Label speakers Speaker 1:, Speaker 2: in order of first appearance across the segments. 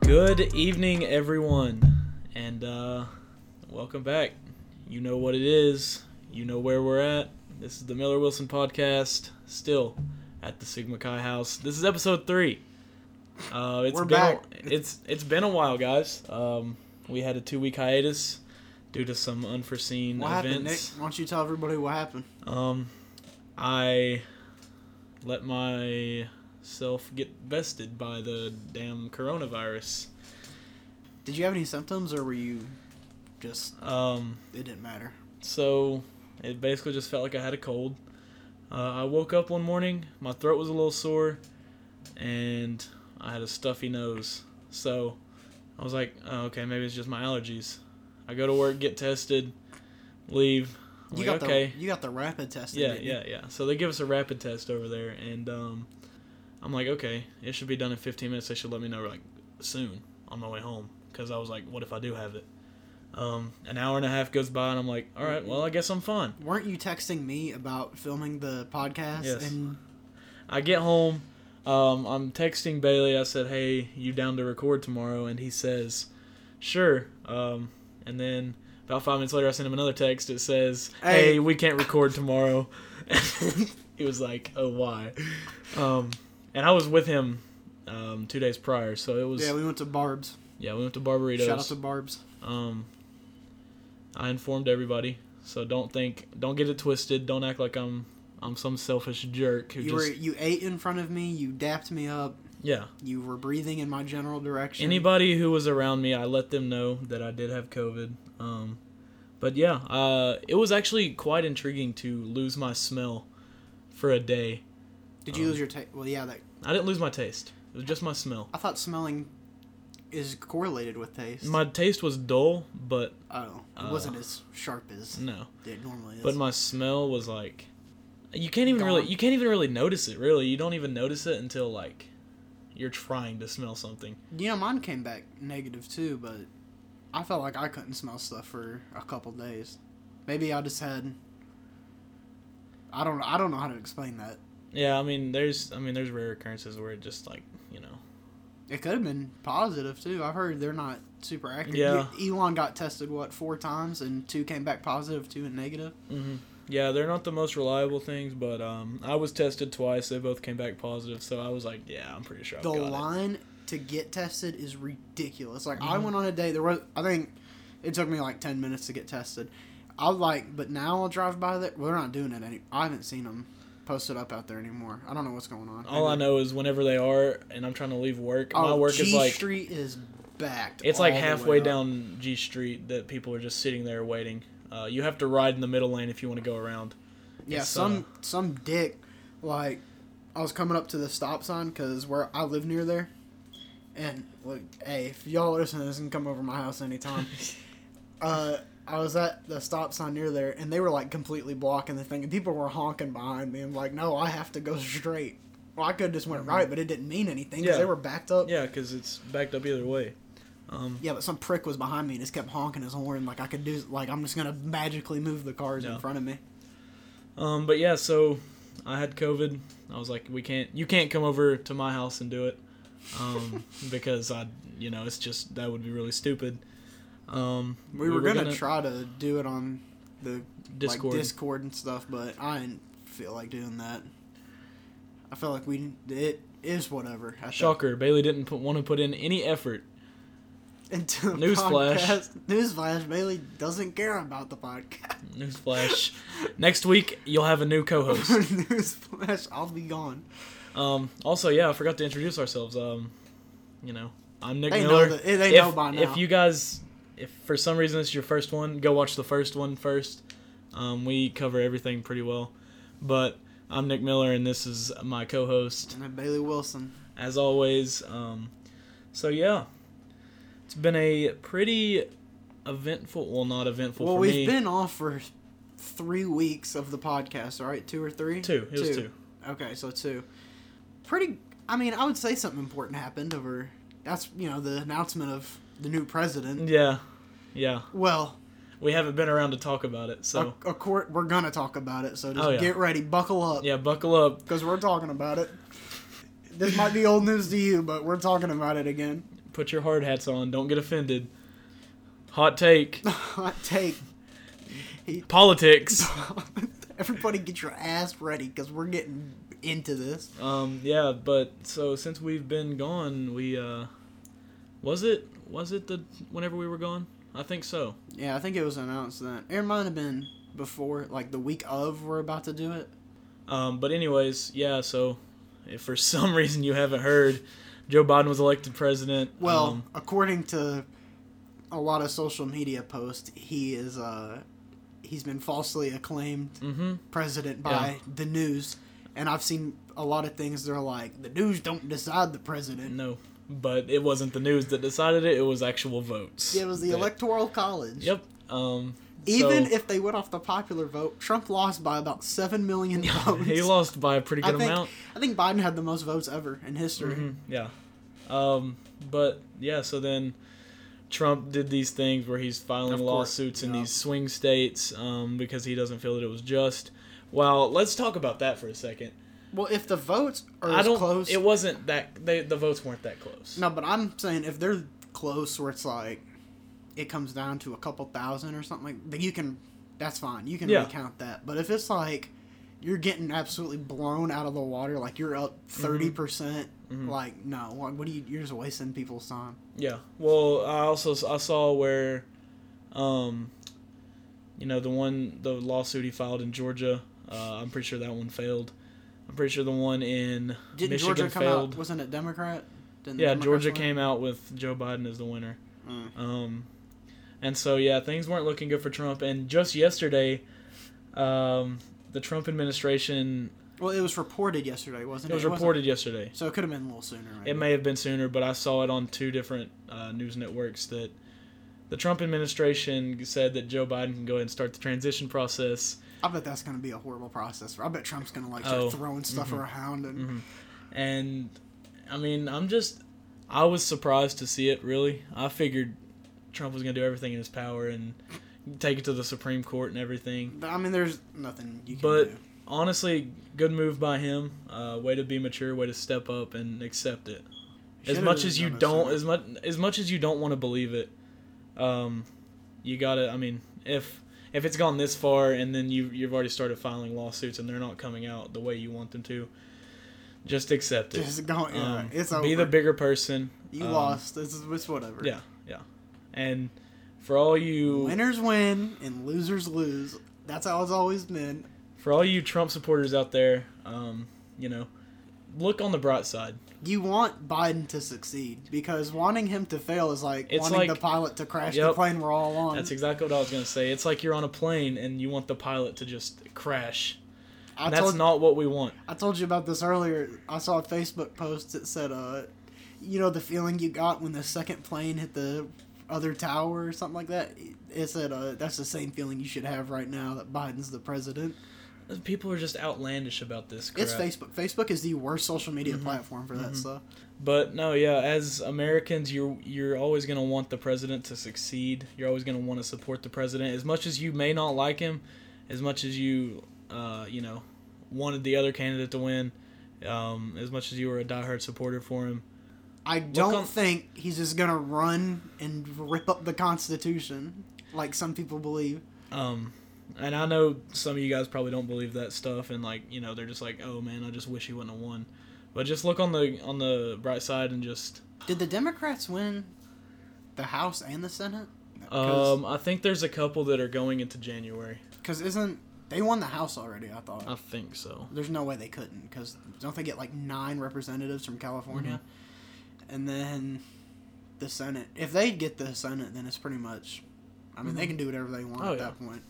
Speaker 1: Good evening, everyone, and uh, welcome back. You know what it is, you know where we're at. This is the Miller Wilson podcast, still at the Sigma Chi house. This is episode three. Uh, it's
Speaker 2: We're
Speaker 1: been
Speaker 2: back.
Speaker 1: A, it's it's been a while, guys. Um, we had a two week hiatus due to some unforeseen
Speaker 2: What happened, Nick?
Speaker 1: events.
Speaker 2: Why don't you tell everybody what happened?
Speaker 1: Um, I let myself get vested by the damn coronavirus.
Speaker 2: Did you have any symptoms, or were you just
Speaker 1: Um,
Speaker 2: it didn't matter?
Speaker 1: so it basically just felt like I had a cold. Uh, I woke up one morning, my throat was a little sore, and I had a stuffy nose. So I was like, oh, okay, maybe it's just my allergies. I go to work, get tested, leave. I'm
Speaker 2: You
Speaker 1: like,
Speaker 2: got
Speaker 1: okay.
Speaker 2: the you got the rapid test.
Speaker 1: Yeah, yeah, yeah. So they give us a rapid test over there, and um, I'm like, okay, it should be done in 15 minutes. They should let me know like soon on my way home, because I was like, what if I do have it? Um, an hour and a half goes by, and I'm like, all right, well, I guess I'm fine.
Speaker 2: Weren't you texting me about filming the podcast?
Speaker 1: Yes.
Speaker 2: And
Speaker 1: I get home. Um, I'm texting Bailey. I said, "Hey, you down to record tomorrow?" And he says, "Sure." Um, and then about five minutes later, I sent him another text. It says, "Hey,
Speaker 2: Hey.
Speaker 1: we can't record tomorrow." And he was like, "Oh, why?" Um, and I was with him um, two days prior, so it was
Speaker 2: yeah, we went to Barb's.
Speaker 1: yeah. We went to Barbaritos.
Speaker 2: Shout out to Barb's.
Speaker 1: Um, I informed everybody, so don't think, don't get it twisted. Don't act like I'm I'm some selfish jerk who
Speaker 2: You were
Speaker 1: just
Speaker 2: you ate in front of me. You dapped me up.
Speaker 1: yeah.
Speaker 2: You were breathing in my general direction.
Speaker 1: Anybody who was around me, I let them know that I did have COVID. Um, but yeah, uh, it was actually quite intriguing to lose my smell for a day.
Speaker 2: Did you
Speaker 1: um,
Speaker 2: lose your taste? Well, yeah. That
Speaker 1: I didn't lose my taste. It was just my smell.
Speaker 2: I thought smelling is correlated with taste.
Speaker 1: My taste was dull, but
Speaker 2: oh, it
Speaker 1: uh,
Speaker 2: wasn't as sharp as
Speaker 1: no.
Speaker 2: it normally is.
Speaker 1: But my smell was like, you can't even
Speaker 2: Gone.
Speaker 1: really, you can't even really notice it. Really, you don't even notice it until like, you're trying to smell something.
Speaker 2: You know, mine came back negative too, but I felt like I couldn't smell stuff for a couple days. Maybe I just had. I don't. I don't know how to explain that.
Speaker 1: Yeah, I mean, there's, I mean, there's rare occurrences where it just like, you know,
Speaker 2: It could have been positive too. I've heard they're not super accurate.
Speaker 1: Yeah.
Speaker 2: You- Elon got tested what four times and two came back positive, two and negative.
Speaker 1: hmm Yeah, they're not the most reliable things, but um, I was tested twice. They both came back positive, so I was like, yeah, I'm pretty sure I've
Speaker 2: the
Speaker 1: got it.
Speaker 2: line to get tested is ridiculous. Like I
Speaker 1: Mhm.
Speaker 2: went on a day. There was. I think it took me like ten minutes to get tested. I was like, but now I'll drive by there. Well, they're not doing it any. I haven't seen them posted up out there anymore. I don't know what's going on.
Speaker 1: All I know is whenever they are, and I'm trying to leave work.
Speaker 2: Oh,
Speaker 1: my work
Speaker 2: G
Speaker 1: is like
Speaker 2: Street is backed.
Speaker 1: it's like
Speaker 2: all the way
Speaker 1: halfway
Speaker 2: up.
Speaker 1: down G Street that people are just sitting there waiting. Uh, you have to ride in the middle lane if you want to go around.
Speaker 2: Yeah,
Speaker 1: It's, uh,
Speaker 2: some some dick, like, I was coming up to the stop sign because where I live near there, and look, hey, if y'all listen to this and come over my house anytime, uh, I was at the stop sign near there, and they were like completely blocking the thing, and people were honking behind me. I'm like, no, I have to go straight. Well, I could have just went right, but it didn't mean anything because
Speaker 1: Yeah.
Speaker 2: they were backed up.
Speaker 1: Yeah, because it's backed up either way. Um,
Speaker 2: Yeah, but some prick was behind me and just kept honking his horn like I could do. Like I'm just gonna magically move the cars
Speaker 1: Yeah.
Speaker 2: in front of me.
Speaker 1: Um, but yeah, so I had COVID. I was like, we can't, you can't come over to my house and do it, um, because I, you know, it's just that would be really stupid. Um,
Speaker 2: We, were, gonna, try to do it on the
Speaker 1: Discord.
Speaker 2: like Discord and stuff, but I didn't feel like doing that. I felt like we it is whatever. I thought.
Speaker 1: Shocker, Bailey didn't put, want to put in any effort.
Speaker 2: Into the
Speaker 1: Newsflash.
Speaker 2: podcast. Newsflash. Bailey doesn't care about the podcast.
Speaker 1: Newsflash. Next week you'll have a new co-host.
Speaker 2: Newsflash. I'll be gone.
Speaker 1: Um, also, yeah, I forgot to introduce ourselves. Um, you know, I'm Nick
Speaker 2: They
Speaker 1: Miller.
Speaker 2: know that. They
Speaker 1: if,
Speaker 2: know by now.
Speaker 1: if you guys, if for some reason this is your first one, go watch the first one first. Um, we cover everything pretty well. But I'm Nick Miller, and this is my co-host,
Speaker 2: and then Bailey Wilson.
Speaker 1: as always. Um, so yeah, it's been a pretty eventful. Well, not eventful
Speaker 2: Well,
Speaker 1: for
Speaker 2: we've
Speaker 1: me.
Speaker 2: been off for three weeks of the podcast. All right, two or three.
Speaker 1: two. It was two.
Speaker 2: Okay, so two. Pretty. I mean, I would say something important happened over. That's you know the announcement of the new president.
Speaker 1: Yeah, yeah.
Speaker 2: Well,
Speaker 1: We haven't been around to talk about it, so
Speaker 2: a, court, we're gonna talk about it. So just
Speaker 1: Oh, yeah.
Speaker 2: get ready, buckle up,
Speaker 1: yeah. Buckle up.
Speaker 2: because we're talking about it. This might be old news to you, but we're talking about it again.
Speaker 1: Put your hard hats on. Don't get offended. Hot take.
Speaker 2: Hot take.
Speaker 1: Politics.
Speaker 2: Everybody get your ass ready because we're getting into this.
Speaker 1: Um, yeah, but so since we've been gone, we uh, was it was it the whenever we were gone? I think so.
Speaker 2: Yeah, I think it was announced that. It might have been before, like the week of we're about to do it.
Speaker 1: Um, but anyways, yeah. So if for some reason you haven't heard, Joe Biden was elected president.
Speaker 2: Well,
Speaker 1: um,
Speaker 2: according to a lot of social media posts, he is uh he's been falsely acclaimed
Speaker 1: mhm.
Speaker 2: president by the news, and I've seen a lot of things. They're like the news don't decide the president.
Speaker 1: No, but it wasn't the news that decided it. It was actual votes.
Speaker 2: It was the
Speaker 1: that-
Speaker 2: electoral college.
Speaker 1: Yep. Um.
Speaker 2: Even
Speaker 1: so
Speaker 2: if they went off the popular vote, Trump lost by about seven million votes.
Speaker 1: he lost by a pretty
Speaker 2: Oh, I
Speaker 1: good
Speaker 2: think
Speaker 1: amount.
Speaker 2: I think Biden had the most votes ever in history.
Speaker 1: Mhm, Yeah. Um. But yeah. So then, Trump did these things where he's filing
Speaker 2: Of course,
Speaker 1: lawsuits in
Speaker 2: yeah.
Speaker 1: these swing states um, because he doesn't feel that it was just. Well, let's talk about that for a second.
Speaker 2: Well, if the votes are
Speaker 1: I
Speaker 2: as
Speaker 1: don't.
Speaker 2: close,
Speaker 1: It wasn't that they the votes weren't that close.
Speaker 2: no, but I'm saying if they're close, where it's like it comes down to a couple thousand or something, like then you can, that's fine. You can
Speaker 1: Yeah.
Speaker 2: recount that. But if it's like you're getting absolutely blown out of the water, like you're up
Speaker 1: Mm-hmm.
Speaker 2: 30 percent,
Speaker 1: Mhm.
Speaker 2: like no, what, what are you? You're just wasting people's time.
Speaker 1: Yeah. Well, I also I saw where, um, you know, the one the lawsuit he filed in Georgia. Uh, I'm pretty sure that one failed. I'm pretty sure the one in
Speaker 2: Didn't
Speaker 1: Michigan
Speaker 2: Georgia come
Speaker 1: failed.
Speaker 2: out? Wasn't it Democrat? Didn't the
Speaker 1: yeah,
Speaker 2: Democrats
Speaker 1: Georgia
Speaker 2: win?
Speaker 1: came out with Joe Biden as the winner.
Speaker 2: Mm.
Speaker 1: Um, and so yeah, things weren't looking good for Trump. And just yesterday, um, the Trump administration
Speaker 2: Well, it was reported yesterday, wasn't
Speaker 1: it
Speaker 2: it?
Speaker 1: was
Speaker 2: wasn't-
Speaker 1: reported yesterday.
Speaker 2: so it could have been a little sooner. Maybe.
Speaker 1: It may have been sooner, but I saw it on two different uh, news networks that the Trump administration said that Joe Biden can go ahead and start the transition process.
Speaker 2: I bet that's going to be a horrible process. I bet Trump's going to like
Speaker 1: Oh, Mm-hmm.
Speaker 2: start throwing stuff around and
Speaker 1: And I mean, I'm just, I was surprised to see it. Really, I figured Trump was gonna do everything in his power and take it to the Supreme Court and everything.
Speaker 2: But I mean, there's nothing you can
Speaker 1: But
Speaker 2: do.
Speaker 1: honestly, good move by him. Uh, way to be mature. Way to step up and accept it. as
Speaker 2: Should've
Speaker 1: much as you
Speaker 2: done it
Speaker 1: don't
Speaker 2: sooner.
Speaker 1: as much as much as you don't want to believe it um you gotta i mean if if it's gone this far and then you you've already started filing lawsuits and they're not coming out the way you want them to just accept it
Speaker 2: just go. Yeah,
Speaker 1: Um,
Speaker 2: it's over.
Speaker 1: be the bigger person
Speaker 2: you
Speaker 1: Um,
Speaker 2: lost. It's, it's whatever.
Speaker 1: yeah yeah and for all you
Speaker 2: Winners win and losers lose. That's how it's always been.
Speaker 1: for all you trump supporters out there um you know look on the bright side
Speaker 2: You want Biden to succeed because wanting him to fail is like
Speaker 1: It's
Speaker 2: wanting the
Speaker 1: like-
Speaker 2: pilot to crash the
Speaker 1: Yep.
Speaker 2: plane we're all on.
Speaker 1: that's exactly what i was gonna say it's like you're on a plane and you want the pilot to just crash
Speaker 2: I
Speaker 1: that's
Speaker 2: told,
Speaker 1: not what we want
Speaker 2: I told you about this earlier. I saw a Facebook post that said, uh, you know, the feeling you got when the second plane hit the other tower or something like that. It said, uh, that's the same feeling you should have right now that Biden's the president.
Speaker 1: People are just outlandish about this crap.
Speaker 2: It's Facebook. Facebook is the worst social media
Speaker 1: Mm-hmm.
Speaker 2: platform for that stuff.
Speaker 1: But no, yeah, as Americans, you're you're always gonna want the president to succeed. You're always gonna want to support the president, as much as you may not like him, as much as you, uh, you know, wanted the other candidate to win, um, as much as you were a diehard supporter for him.
Speaker 2: I don't
Speaker 1: on-
Speaker 2: think he's just gonna run and rip up the Constitution like some people believe.
Speaker 1: Um, and I know some of you guys probably don't believe that stuff, and like you know, they're just like, oh man, I just wish he wouldn't have won. But just look on the on the bright side and just
Speaker 2: Did the Democrats win the House and the Senate?
Speaker 1: um, I think there's a couple that are going into January.
Speaker 2: Because isn't they won the House already? I thought.
Speaker 1: I think so.
Speaker 2: There's no way they couldn't because don't they get like nine representatives from California,
Speaker 1: Mm-hmm.
Speaker 2: and then the Senate. If they get the Senate, then it's pretty much. I mean, they can do whatever they want
Speaker 1: Oh,
Speaker 2: at
Speaker 1: yeah.
Speaker 2: that point.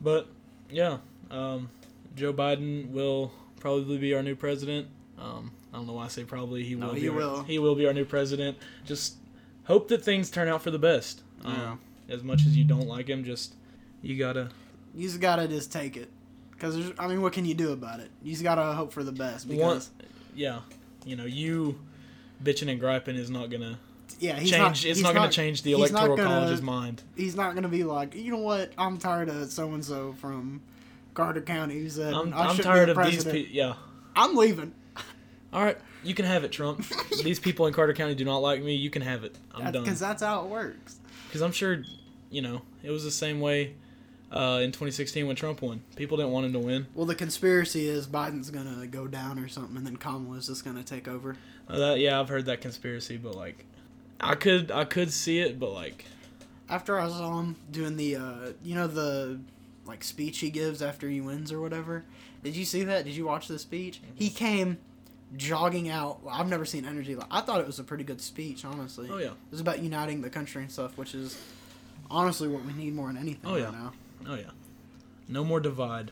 Speaker 1: But yeah, um, Joe Biden will probably be our new president. Um, I don't know why I say probably. He
Speaker 2: No,
Speaker 1: will.
Speaker 2: he
Speaker 1: be our-
Speaker 2: will.
Speaker 1: He will be our new president. Just hope that things turn out for the best. Um, As much as you don't like him, just you gotta.
Speaker 2: You just gotta just take it, because I mean, what can you do about it? You just gotta hope for the best because
Speaker 1: Yeah, you know you. Bitching and griping is not gonna
Speaker 2: yeah, he's
Speaker 1: change.
Speaker 2: not.
Speaker 1: it's
Speaker 2: he's
Speaker 1: not gonna change the
Speaker 2: he's not
Speaker 1: electoral
Speaker 2: gonna-
Speaker 1: college's mind.
Speaker 2: He's not gonna be like, you know what? I'm tired of so and so from Carter County who said
Speaker 1: I'm,
Speaker 2: I
Speaker 1: I'm
Speaker 2: should
Speaker 1: tired
Speaker 2: be
Speaker 1: of
Speaker 2: the
Speaker 1: these
Speaker 2: president.
Speaker 1: people. Yeah,
Speaker 2: I'm leaving.
Speaker 1: All right, you can have it, Trump. These people in Carter County do not like me. You can have it. I'm done.
Speaker 2: Because that's how it works.
Speaker 1: Because I'm sure, you know, it was the same way uh, in 2016 when Trump won. People didn't want him to win.
Speaker 2: Well, the conspiracy is Biden's gonna go down or something, and then Kamala's just gonna take over.
Speaker 1: Uh, that, yeah, I've heard that conspiracy, but like, I could I could see it, but like,
Speaker 2: After I saw him doing the, uh, you know, the like speech he gives after he wins or whatever. Did you see that? Did you watch the speech? He came jogging out. Well, I've never seen energy like. I thought it was a pretty good speech, honestly.
Speaker 1: oh
Speaker 2: It
Speaker 1: yeah,
Speaker 2: was about uniting the country and stuff, which is honestly what we need more than anything
Speaker 1: Oh,
Speaker 2: right
Speaker 1: yeah.
Speaker 2: now.
Speaker 1: oh yeah, no more divide.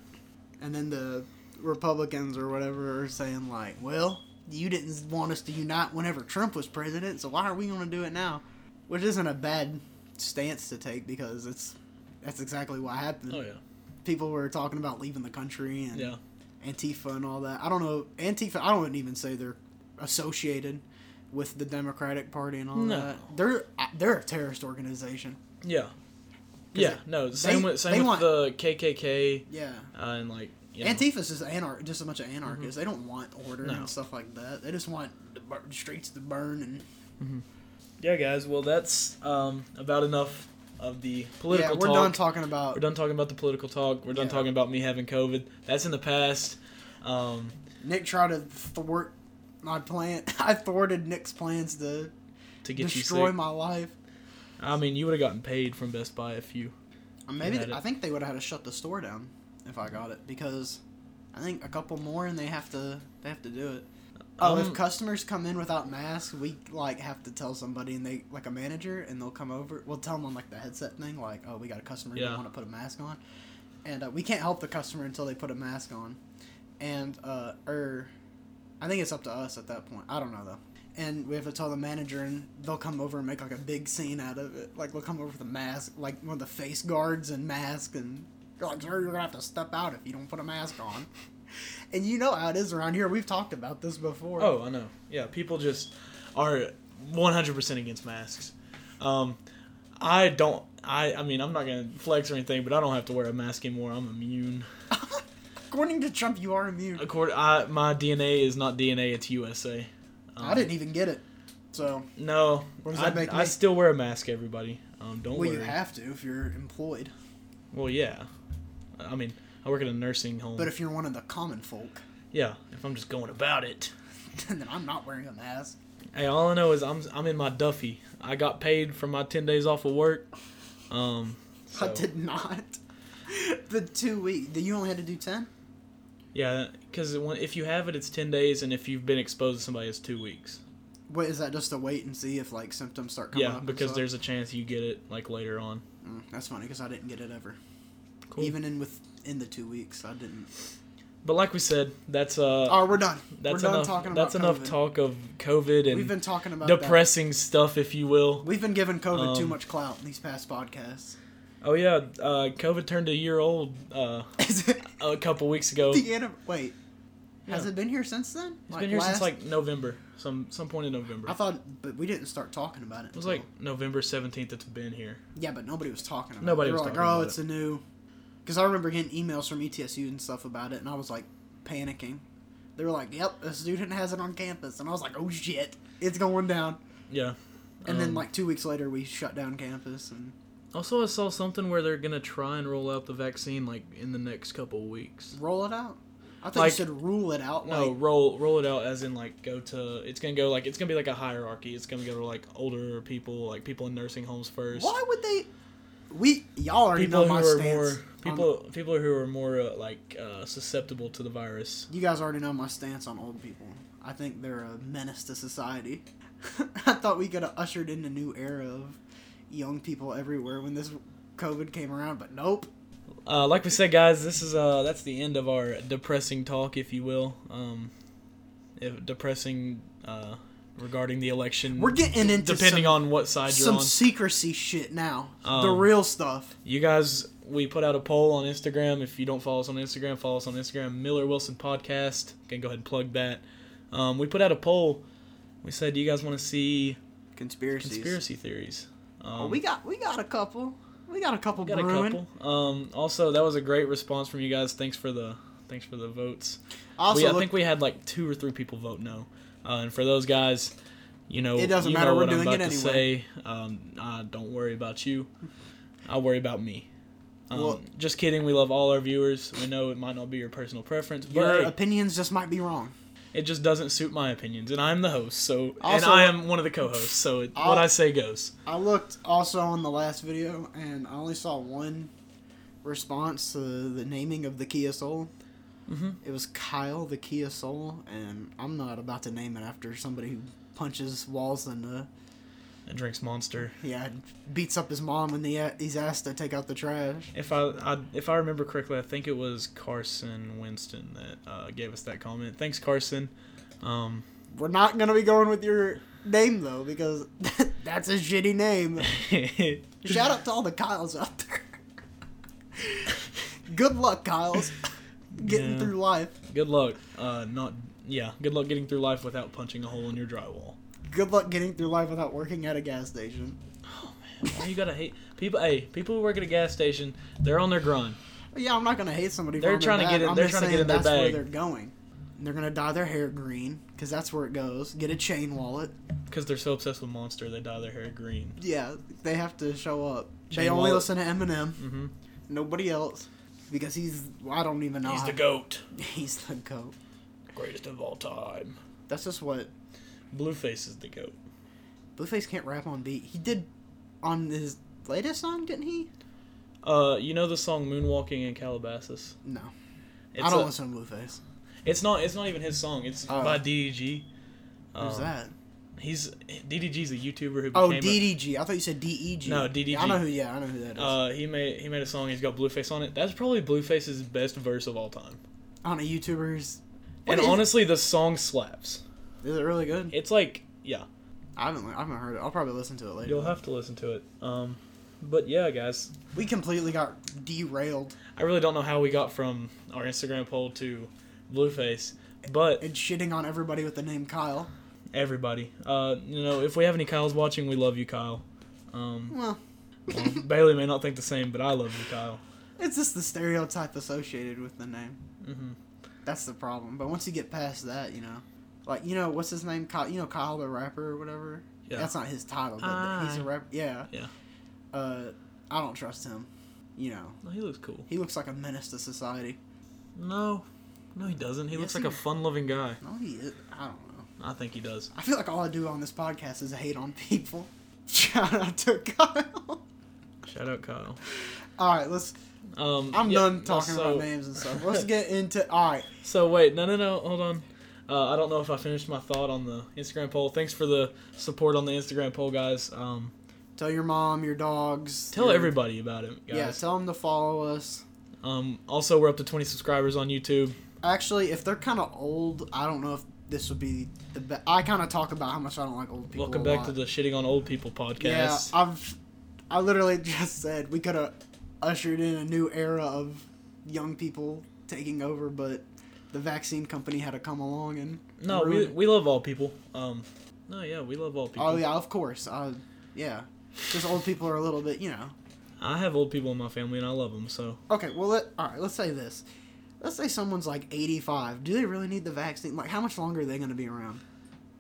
Speaker 2: And then the Republicans or whatever are saying like, "Well, you didn't want us to unite whenever Trump was president, so why are we going to do it now?" Which isn't a bad stance to take because it's that's exactly what happened.
Speaker 1: Oh yeah,
Speaker 2: People were talking about leaving the country and
Speaker 1: yeah.
Speaker 2: Antifa and all that. I don't know Antifa. I don't even say they're associated with the Democratic Party and all
Speaker 1: No.
Speaker 2: that. They're they're a terrorist organization.
Speaker 1: Yeah. Yeah,
Speaker 2: it-
Speaker 1: no, same
Speaker 2: they-
Speaker 1: with same
Speaker 2: they
Speaker 1: with
Speaker 2: want-
Speaker 1: the KKK
Speaker 2: Yeah.
Speaker 1: uh, and like you know,
Speaker 2: Antifa's just anar- just a bunch of anarchists. They don't want order
Speaker 1: Mm-hmm. No.
Speaker 2: and stuff like that. They just want the bur- streets to burn and
Speaker 1: Yeah, guys. Well, that's um, about enough of the political
Speaker 2: yeah. We're
Speaker 1: talk.
Speaker 2: done talking about.
Speaker 1: we're done talking about the political talk. We're done
Speaker 2: Yeah.
Speaker 1: talking about me having COVID. That's in the past. Um,
Speaker 2: Nick tried to thwart my plan. I thwarted Nick's plans to
Speaker 1: to get you
Speaker 2: destroy
Speaker 1: sick.
Speaker 2: my life.
Speaker 1: I mean, you would have gotten paid from Best Buy if you.
Speaker 2: Uh, Maybe
Speaker 1: had
Speaker 2: th-
Speaker 1: it.
Speaker 2: I think they would have had to shut the store down if I got it because I think a couple more and they have to they have to do it. Oh, if
Speaker 1: Um,
Speaker 2: customers come in without masks, we like have to tell somebody and they like a manager and they'll come over. We'll tell them on like the headset thing, like, oh, we got a customer who
Speaker 1: Yeah.
Speaker 2: don't want to put a mask on, and uh, we can't help the customer until they put a mask on, and uh, or I think it's up to us at that point. I don't know though. And we have to tell the manager, and they'll come over and make like a big scene out of it. Like they'll come over with a mask, like one of the face guards and mask, and they're like, "Sir, you're gonna have to step out if you don't put a mask on." And you know how it is around here. We've talked about this before.
Speaker 1: Oh, I know. Yeah, people just are 100% against masks. Um, I don't. I. I mean, I'm not gonna flex or anything, but I don't have to wear a mask anymore. I'm immune.
Speaker 2: According to Trump, you are immune.
Speaker 1: Accord. I, my DNA is not DNA. It's USA. Um,
Speaker 2: I didn't even get it, so
Speaker 1: No,
Speaker 2: What does
Speaker 1: I,
Speaker 2: that make
Speaker 1: I
Speaker 2: me?
Speaker 1: still wear a mask. Everybody, um, don't
Speaker 2: well,
Speaker 1: worry.
Speaker 2: you have to if you're employed.
Speaker 1: well, yeah. I mean, I work at a nursing home.
Speaker 2: But if you're one of the common folk,
Speaker 1: yeah, if I'm just going about it.
Speaker 2: then I'm not wearing a mask.
Speaker 1: Hey, all I know is I'm I'm in my Duffy. I got paid for my ten days off of work. Um, so,
Speaker 2: I did not. the two week. You only had to do ten.
Speaker 1: yeah, because if you have it, it's ten days, and if you've been exposed to somebody, it's two weeks.
Speaker 2: What is that? Just to wait and see if like symptoms start coming
Speaker 1: yeah,
Speaker 2: up. and
Speaker 1: because
Speaker 2: stuff?
Speaker 1: there's a chance you get it like later on.
Speaker 2: Mm, that's funny because I didn't get it ever.
Speaker 1: Cool.
Speaker 2: Even in with in the two weeks, I didn't.
Speaker 1: but like we said, that's uh,
Speaker 2: Oh, we're done.
Speaker 1: that's
Speaker 2: we're done
Speaker 1: enough.
Speaker 2: talking about.
Speaker 1: that's enough
Speaker 2: COVID.
Speaker 1: talk of COVID
Speaker 2: We've
Speaker 1: and
Speaker 2: been talking about that.
Speaker 1: depressing stuff, if you will.
Speaker 2: We've been giving COVID too
Speaker 1: Um,
Speaker 2: much clout in these past podcasts.
Speaker 1: Oh yeah, uh, COVID turned a year old uh,
Speaker 2: Is it
Speaker 1: a couple weeks ago. It's
Speaker 2: the anni- Wait, has
Speaker 1: Yeah.
Speaker 2: it been here since then? It's
Speaker 1: been here since like November, some some point in November.
Speaker 2: I thought, but we didn't start talking about it.
Speaker 1: it was like November seventeenth. It's been here.
Speaker 2: yeah, but nobody was talking about
Speaker 1: Nobody
Speaker 2: it. They
Speaker 1: was
Speaker 2: were like,
Speaker 1: talking
Speaker 2: oh,
Speaker 1: about
Speaker 2: it's a new. Because I remember getting emails from E ETSU and stuff about it, and I was like panicking. They were like, "Yep, a student has it on campus," and I was like, "Oh shit, it's going down."
Speaker 1: Yeah.
Speaker 2: And then
Speaker 1: Um,
Speaker 2: like two weeks later, we shut down campus, and
Speaker 1: also I saw something where they're gonna try and roll out the vaccine like in the next couple weeks.
Speaker 2: roll it out. I thought
Speaker 1: Like-
Speaker 2: you said rule it out.
Speaker 1: No,
Speaker 2: like,
Speaker 1: roll roll it out as in like go to. It's gonna go like it's gonna be like a hierarchy. It's gonna go to like older people, like people in nursing homes first.
Speaker 2: why would they? We y'all already
Speaker 1: People
Speaker 2: know
Speaker 1: who
Speaker 2: my
Speaker 1: are
Speaker 2: stance.
Speaker 1: more
Speaker 2: on-
Speaker 1: people people who are more uh, like uh, susceptible to the virus.
Speaker 2: You guys already know my stance on old people. I think they're a menace to society. I thought we could have ushered in a new era of young people everywhere when this COVID came around, but nope.
Speaker 1: uh, like we said, guys, this is uh, that's the end of our depressing talk, if you will. Um, if depressing uh, regarding the election.
Speaker 2: We're getting into
Speaker 1: depending
Speaker 2: some,
Speaker 1: on what side you're
Speaker 2: some
Speaker 1: on.
Speaker 2: secrecy shit now. the
Speaker 1: Um,
Speaker 2: real stuff.
Speaker 1: You guys, we put out a poll on Instagram. If you don't follow us on Instagram, follow us on Instagram. Miller Wilson Podcast. Can go ahead and plug that. Um, we put out a poll. We said, do you guys want to see
Speaker 2: Conspiracies.
Speaker 1: conspiracy theories? Um,
Speaker 2: Oh, we got we got a couple. We got a couple
Speaker 1: got a
Speaker 2: brewing.
Speaker 1: couple. Um, also, that was a great response from you guys. Thanks for the Thanks for the votes.
Speaker 2: Also, uh,
Speaker 1: we, I
Speaker 2: look,
Speaker 1: think we had like two or three people vote no. Uh, and for those guys, you know,
Speaker 2: It doesn't
Speaker 1: you
Speaker 2: matter,
Speaker 1: Know
Speaker 2: we're
Speaker 1: what
Speaker 2: doing
Speaker 1: I'm
Speaker 2: it
Speaker 1: about to
Speaker 2: anyway.
Speaker 1: say. Um, I don't worry about you. I worry about me. Um,
Speaker 2: Well-
Speaker 1: just kidding. We love all our viewers. We know it might not be your personal preference, but
Speaker 2: your
Speaker 1: hey,
Speaker 2: opinions just might be wrong.
Speaker 1: it just doesn't suit my opinions. And I'm the host, so and
Speaker 2: Also-
Speaker 1: I am one of the co-hosts, so it,
Speaker 2: I'll-
Speaker 1: what I say goes.
Speaker 2: I looked also on the last video, and I only saw one response to the naming of the Kia Soul.
Speaker 1: Mhm.
Speaker 2: It was Kyle the Kia Soul, and I'm not about to name it after somebody who punches walls and uh,
Speaker 1: And drinks Monster.
Speaker 2: yeah beats up his mom when he, he's asked to take out the trash.
Speaker 1: If I, I if I remember correctly, I think it was Carson Winston that uh, gave us that comment. Thanks, Carson. Um,
Speaker 2: We're not gonna be going with your name though because that's a shitty name. Shout out to all the Kyles out there. Good luck, Kyles, getting
Speaker 1: Yeah.
Speaker 2: through life.
Speaker 1: Good luck. Uh, not yeah. Good luck getting through life without punching a hole in your drywall.
Speaker 2: Good luck getting through life without working at a gas station.
Speaker 1: Why you gotta hate people? Hey, people who work at a gas station, they're on their grind.
Speaker 2: Yeah, I'm not gonna hate somebody. for
Speaker 1: They're
Speaker 2: on their
Speaker 1: trying to
Speaker 2: bad.
Speaker 1: get in-
Speaker 2: I'm
Speaker 1: they're
Speaker 2: just
Speaker 1: trying to get
Speaker 2: saying
Speaker 1: in their
Speaker 2: that's where
Speaker 1: bag.
Speaker 2: they're going. And They're gonna dye their hair green because that's where it goes. Get a chain wallet.
Speaker 1: Because they're so obsessed with Monster, they dye their hair green.
Speaker 2: Yeah, they have to show up.
Speaker 1: Chain
Speaker 2: they only
Speaker 1: wallet.
Speaker 2: listen to Eminem,
Speaker 1: Mm-hmm.
Speaker 2: nobody else, because he's I don't even know.
Speaker 1: He's
Speaker 2: how-
Speaker 1: the goat,
Speaker 2: He's the goat.
Speaker 1: greatest of all time.
Speaker 2: That's just what
Speaker 1: Blueface is the goat.
Speaker 2: Blueface can't rap on beat. He did on his latest song, didn't he?
Speaker 1: Uh, you know the song "Moonwalking in Calabasas."
Speaker 2: No,
Speaker 1: It's
Speaker 2: I don't
Speaker 1: a-
Speaker 2: listen to Blueface.
Speaker 1: It's not. It's not even his song. It's
Speaker 2: Oh.
Speaker 1: by DDG.
Speaker 2: Who's
Speaker 1: Um,
Speaker 2: that?
Speaker 1: He's DDG's a YouTuber who.
Speaker 2: Oh,
Speaker 1: became a-
Speaker 2: DDG. I thought you said DEG.
Speaker 1: No, DDG.
Speaker 2: Yeah, I know who. Yeah, I know who that is.
Speaker 1: uh, he made he made a song. He's got Blueface on it. That's probably Blueface's best verse of all time.
Speaker 2: on a YouTuber's. What
Speaker 1: and
Speaker 2: is-
Speaker 1: honestly, the song slaps.
Speaker 2: is it really good?
Speaker 1: It's like, yeah,
Speaker 2: I haven't. I haven't heard it. I'll probably listen to it later.
Speaker 1: you'll have to listen to it. Um, but yeah, guys,
Speaker 2: we completely got derailed
Speaker 1: I really don't know how we got from our Instagram poll to Blueface, but
Speaker 2: and shitting on everybody with the name Kyle.
Speaker 1: everybody, uh, you know, if we have any Kyles watching, we love you, Kyle. Um,
Speaker 2: Well,
Speaker 1: um, Bailey may not think the same, but I love you, Kyle.
Speaker 2: it's just the stereotype associated with the name.
Speaker 1: hmm
Speaker 2: That's the problem. But once you get past that, you know, like you know what's his name? Kyle. You know Kyle the rapper or whatever.
Speaker 1: Yeah.
Speaker 2: That's not his title, but
Speaker 1: Ah.
Speaker 2: he's a rapper. Yeah.
Speaker 1: Yeah.
Speaker 2: Uh, I don't trust him. You know,
Speaker 1: No, he looks cool.
Speaker 2: he looks like a menace to society.
Speaker 1: No, no, he doesn't. He
Speaker 2: Yes,
Speaker 1: looks like
Speaker 2: he-
Speaker 1: a fun-loving guy.
Speaker 2: No, he is. I don't know.
Speaker 1: I think he does.
Speaker 2: I feel like all I do on this podcast is hate on people. Shout out to Kyle.
Speaker 1: Shout out, Kyle.
Speaker 2: all right, let's.
Speaker 1: Um,
Speaker 2: I'm
Speaker 1: yeah,
Speaker 2: done talking
Speaker 1: so-
Speaker 2: about names and stuff. Let's get into. All right,
Speaker 1: So wait, no, no, no, hold on. Uh, I don't know if I finished my thought on the Instagram poll. Thanks for the support on the Instagram poll, guys. Um,
Speaker 2: tell your mom, your dogs.
Speaker 1: tell
Speaker 2: your-
Speaker 1: everybody about it,
Speaker 2: Yeah,
Speaker 1: guys.
Speaker 2: tell them to follow us.
Speaker 1: Um, also, we're up to 20 subscribers on YouTube.
Speaker 2: Actually, if they're kind of old, I don't know if this would be the best. I kind of talk about how much I don't like old people.
Speaker 1: Welcome
Speaker 2: a
Speaker 1: back
Speaker 2: lot.
Speaker 1: to the Shitting on Old People
Speaker 2: Yeah,
Speaker 1: podcast.
Speaker 2: I've. I literally just said we could have ushered in a new era of young people taking over, but the vaccine company had to come along and.
Speaker 1: no,
Speaker 2: ruin
Speaker 1: we,
Speaker 2: it.
Speaker 1: we love all people. Um, no, yeah, we love all people.
Speaker 2: Oh yeah, of course. Uh, yeah, because old people are a little bit, you know.
Speaker 1: I have old people in my family, and I love them. So
Speaker 2: Okay, well, let, all right. Let's say this. Let's say someone's like 85. Do they really need the vaccine? Like, how much longer are they going to be around?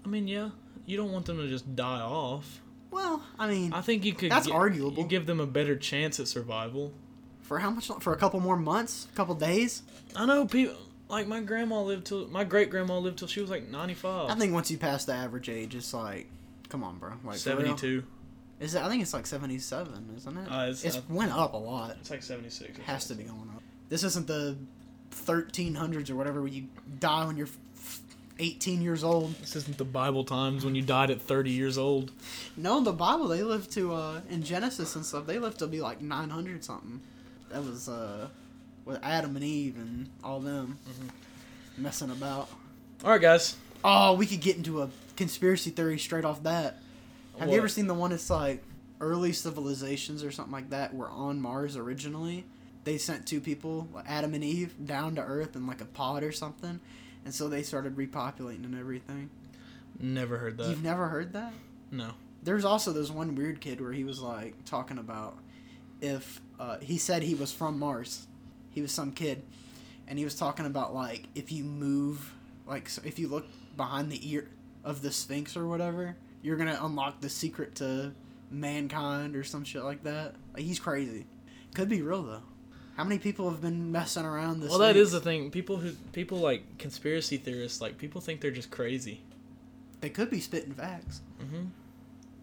Speaker 1: I mean, yeah, you don't want them to just die off.
Speaker 2: Well, I mean,
Speaker 1: I think you could.
Speaker 2: That's
Speaker 1: gi-
Speaker 2: arguable.
Speaker 1: You give them a better chance at survival.
Speaker 2: for how much? lo- For a couple more months, a couple days.
Speaker 1: I know people like my grandma lived till my great grandma lived till she was like ninety five.
Speaker 2: I think once you pass the average age, it's like, come on, bro. Like for real.
Speaker 1: seventy two.
Speaker 2: Is it, I think it's like 77, isn't it?
Speaker 1: Uh, it's-
Speaker 2: it's
Speaker 1: uh,
Speaker 2: went up a lot.
Speaker 1: It's like seventy six.
Speaker 2: It has to be going up. This isn't the 1300s or whatever where you die when you're f- 18 years old.
Speaker 1: This isn't the Bible times when you died at thirty years old.
Speaker 2: No, in the Bible they live to uh in Genesis and stuff. They live to be like nine hundred something. That was uh with Adam and Eve and all them
Speaker 1: Mm-hmm.
Speaker 2: messing about.
Speaker 1: All right, guys.
Speaker 2: Oh, we could get into a conspiracy theory straight off that. Have
Speaker 1: What?
Speaker 2: you ever seen the one? It's like early civilizations or something like that were on Mars originally. They sent two people, Adam and Eve, down to Earth in like a pod or something, and so they started repopulating and everything.
Speaker 1: Never heard that.
Speaker 2: You've never heard that?
Speaker 1: No.
Speaker 2: There's also this one weird kid where he was like talking about if uh, he said he was from Mars. He was some kid, and he was talking about like if you move, like so if you look behind the ear of the Sphinx or whatever, you're gonna unlock the secret to mankind or some shit like that. Like, he's crazy. Could be real though. How many people have been messing around this?
Speaker 1: Well, that is the thing. People who people like conspiracy theorists, like people think they're just crazy.
Speaker 2: They could be spitting facts.
Speaker 1: Mm-hmm.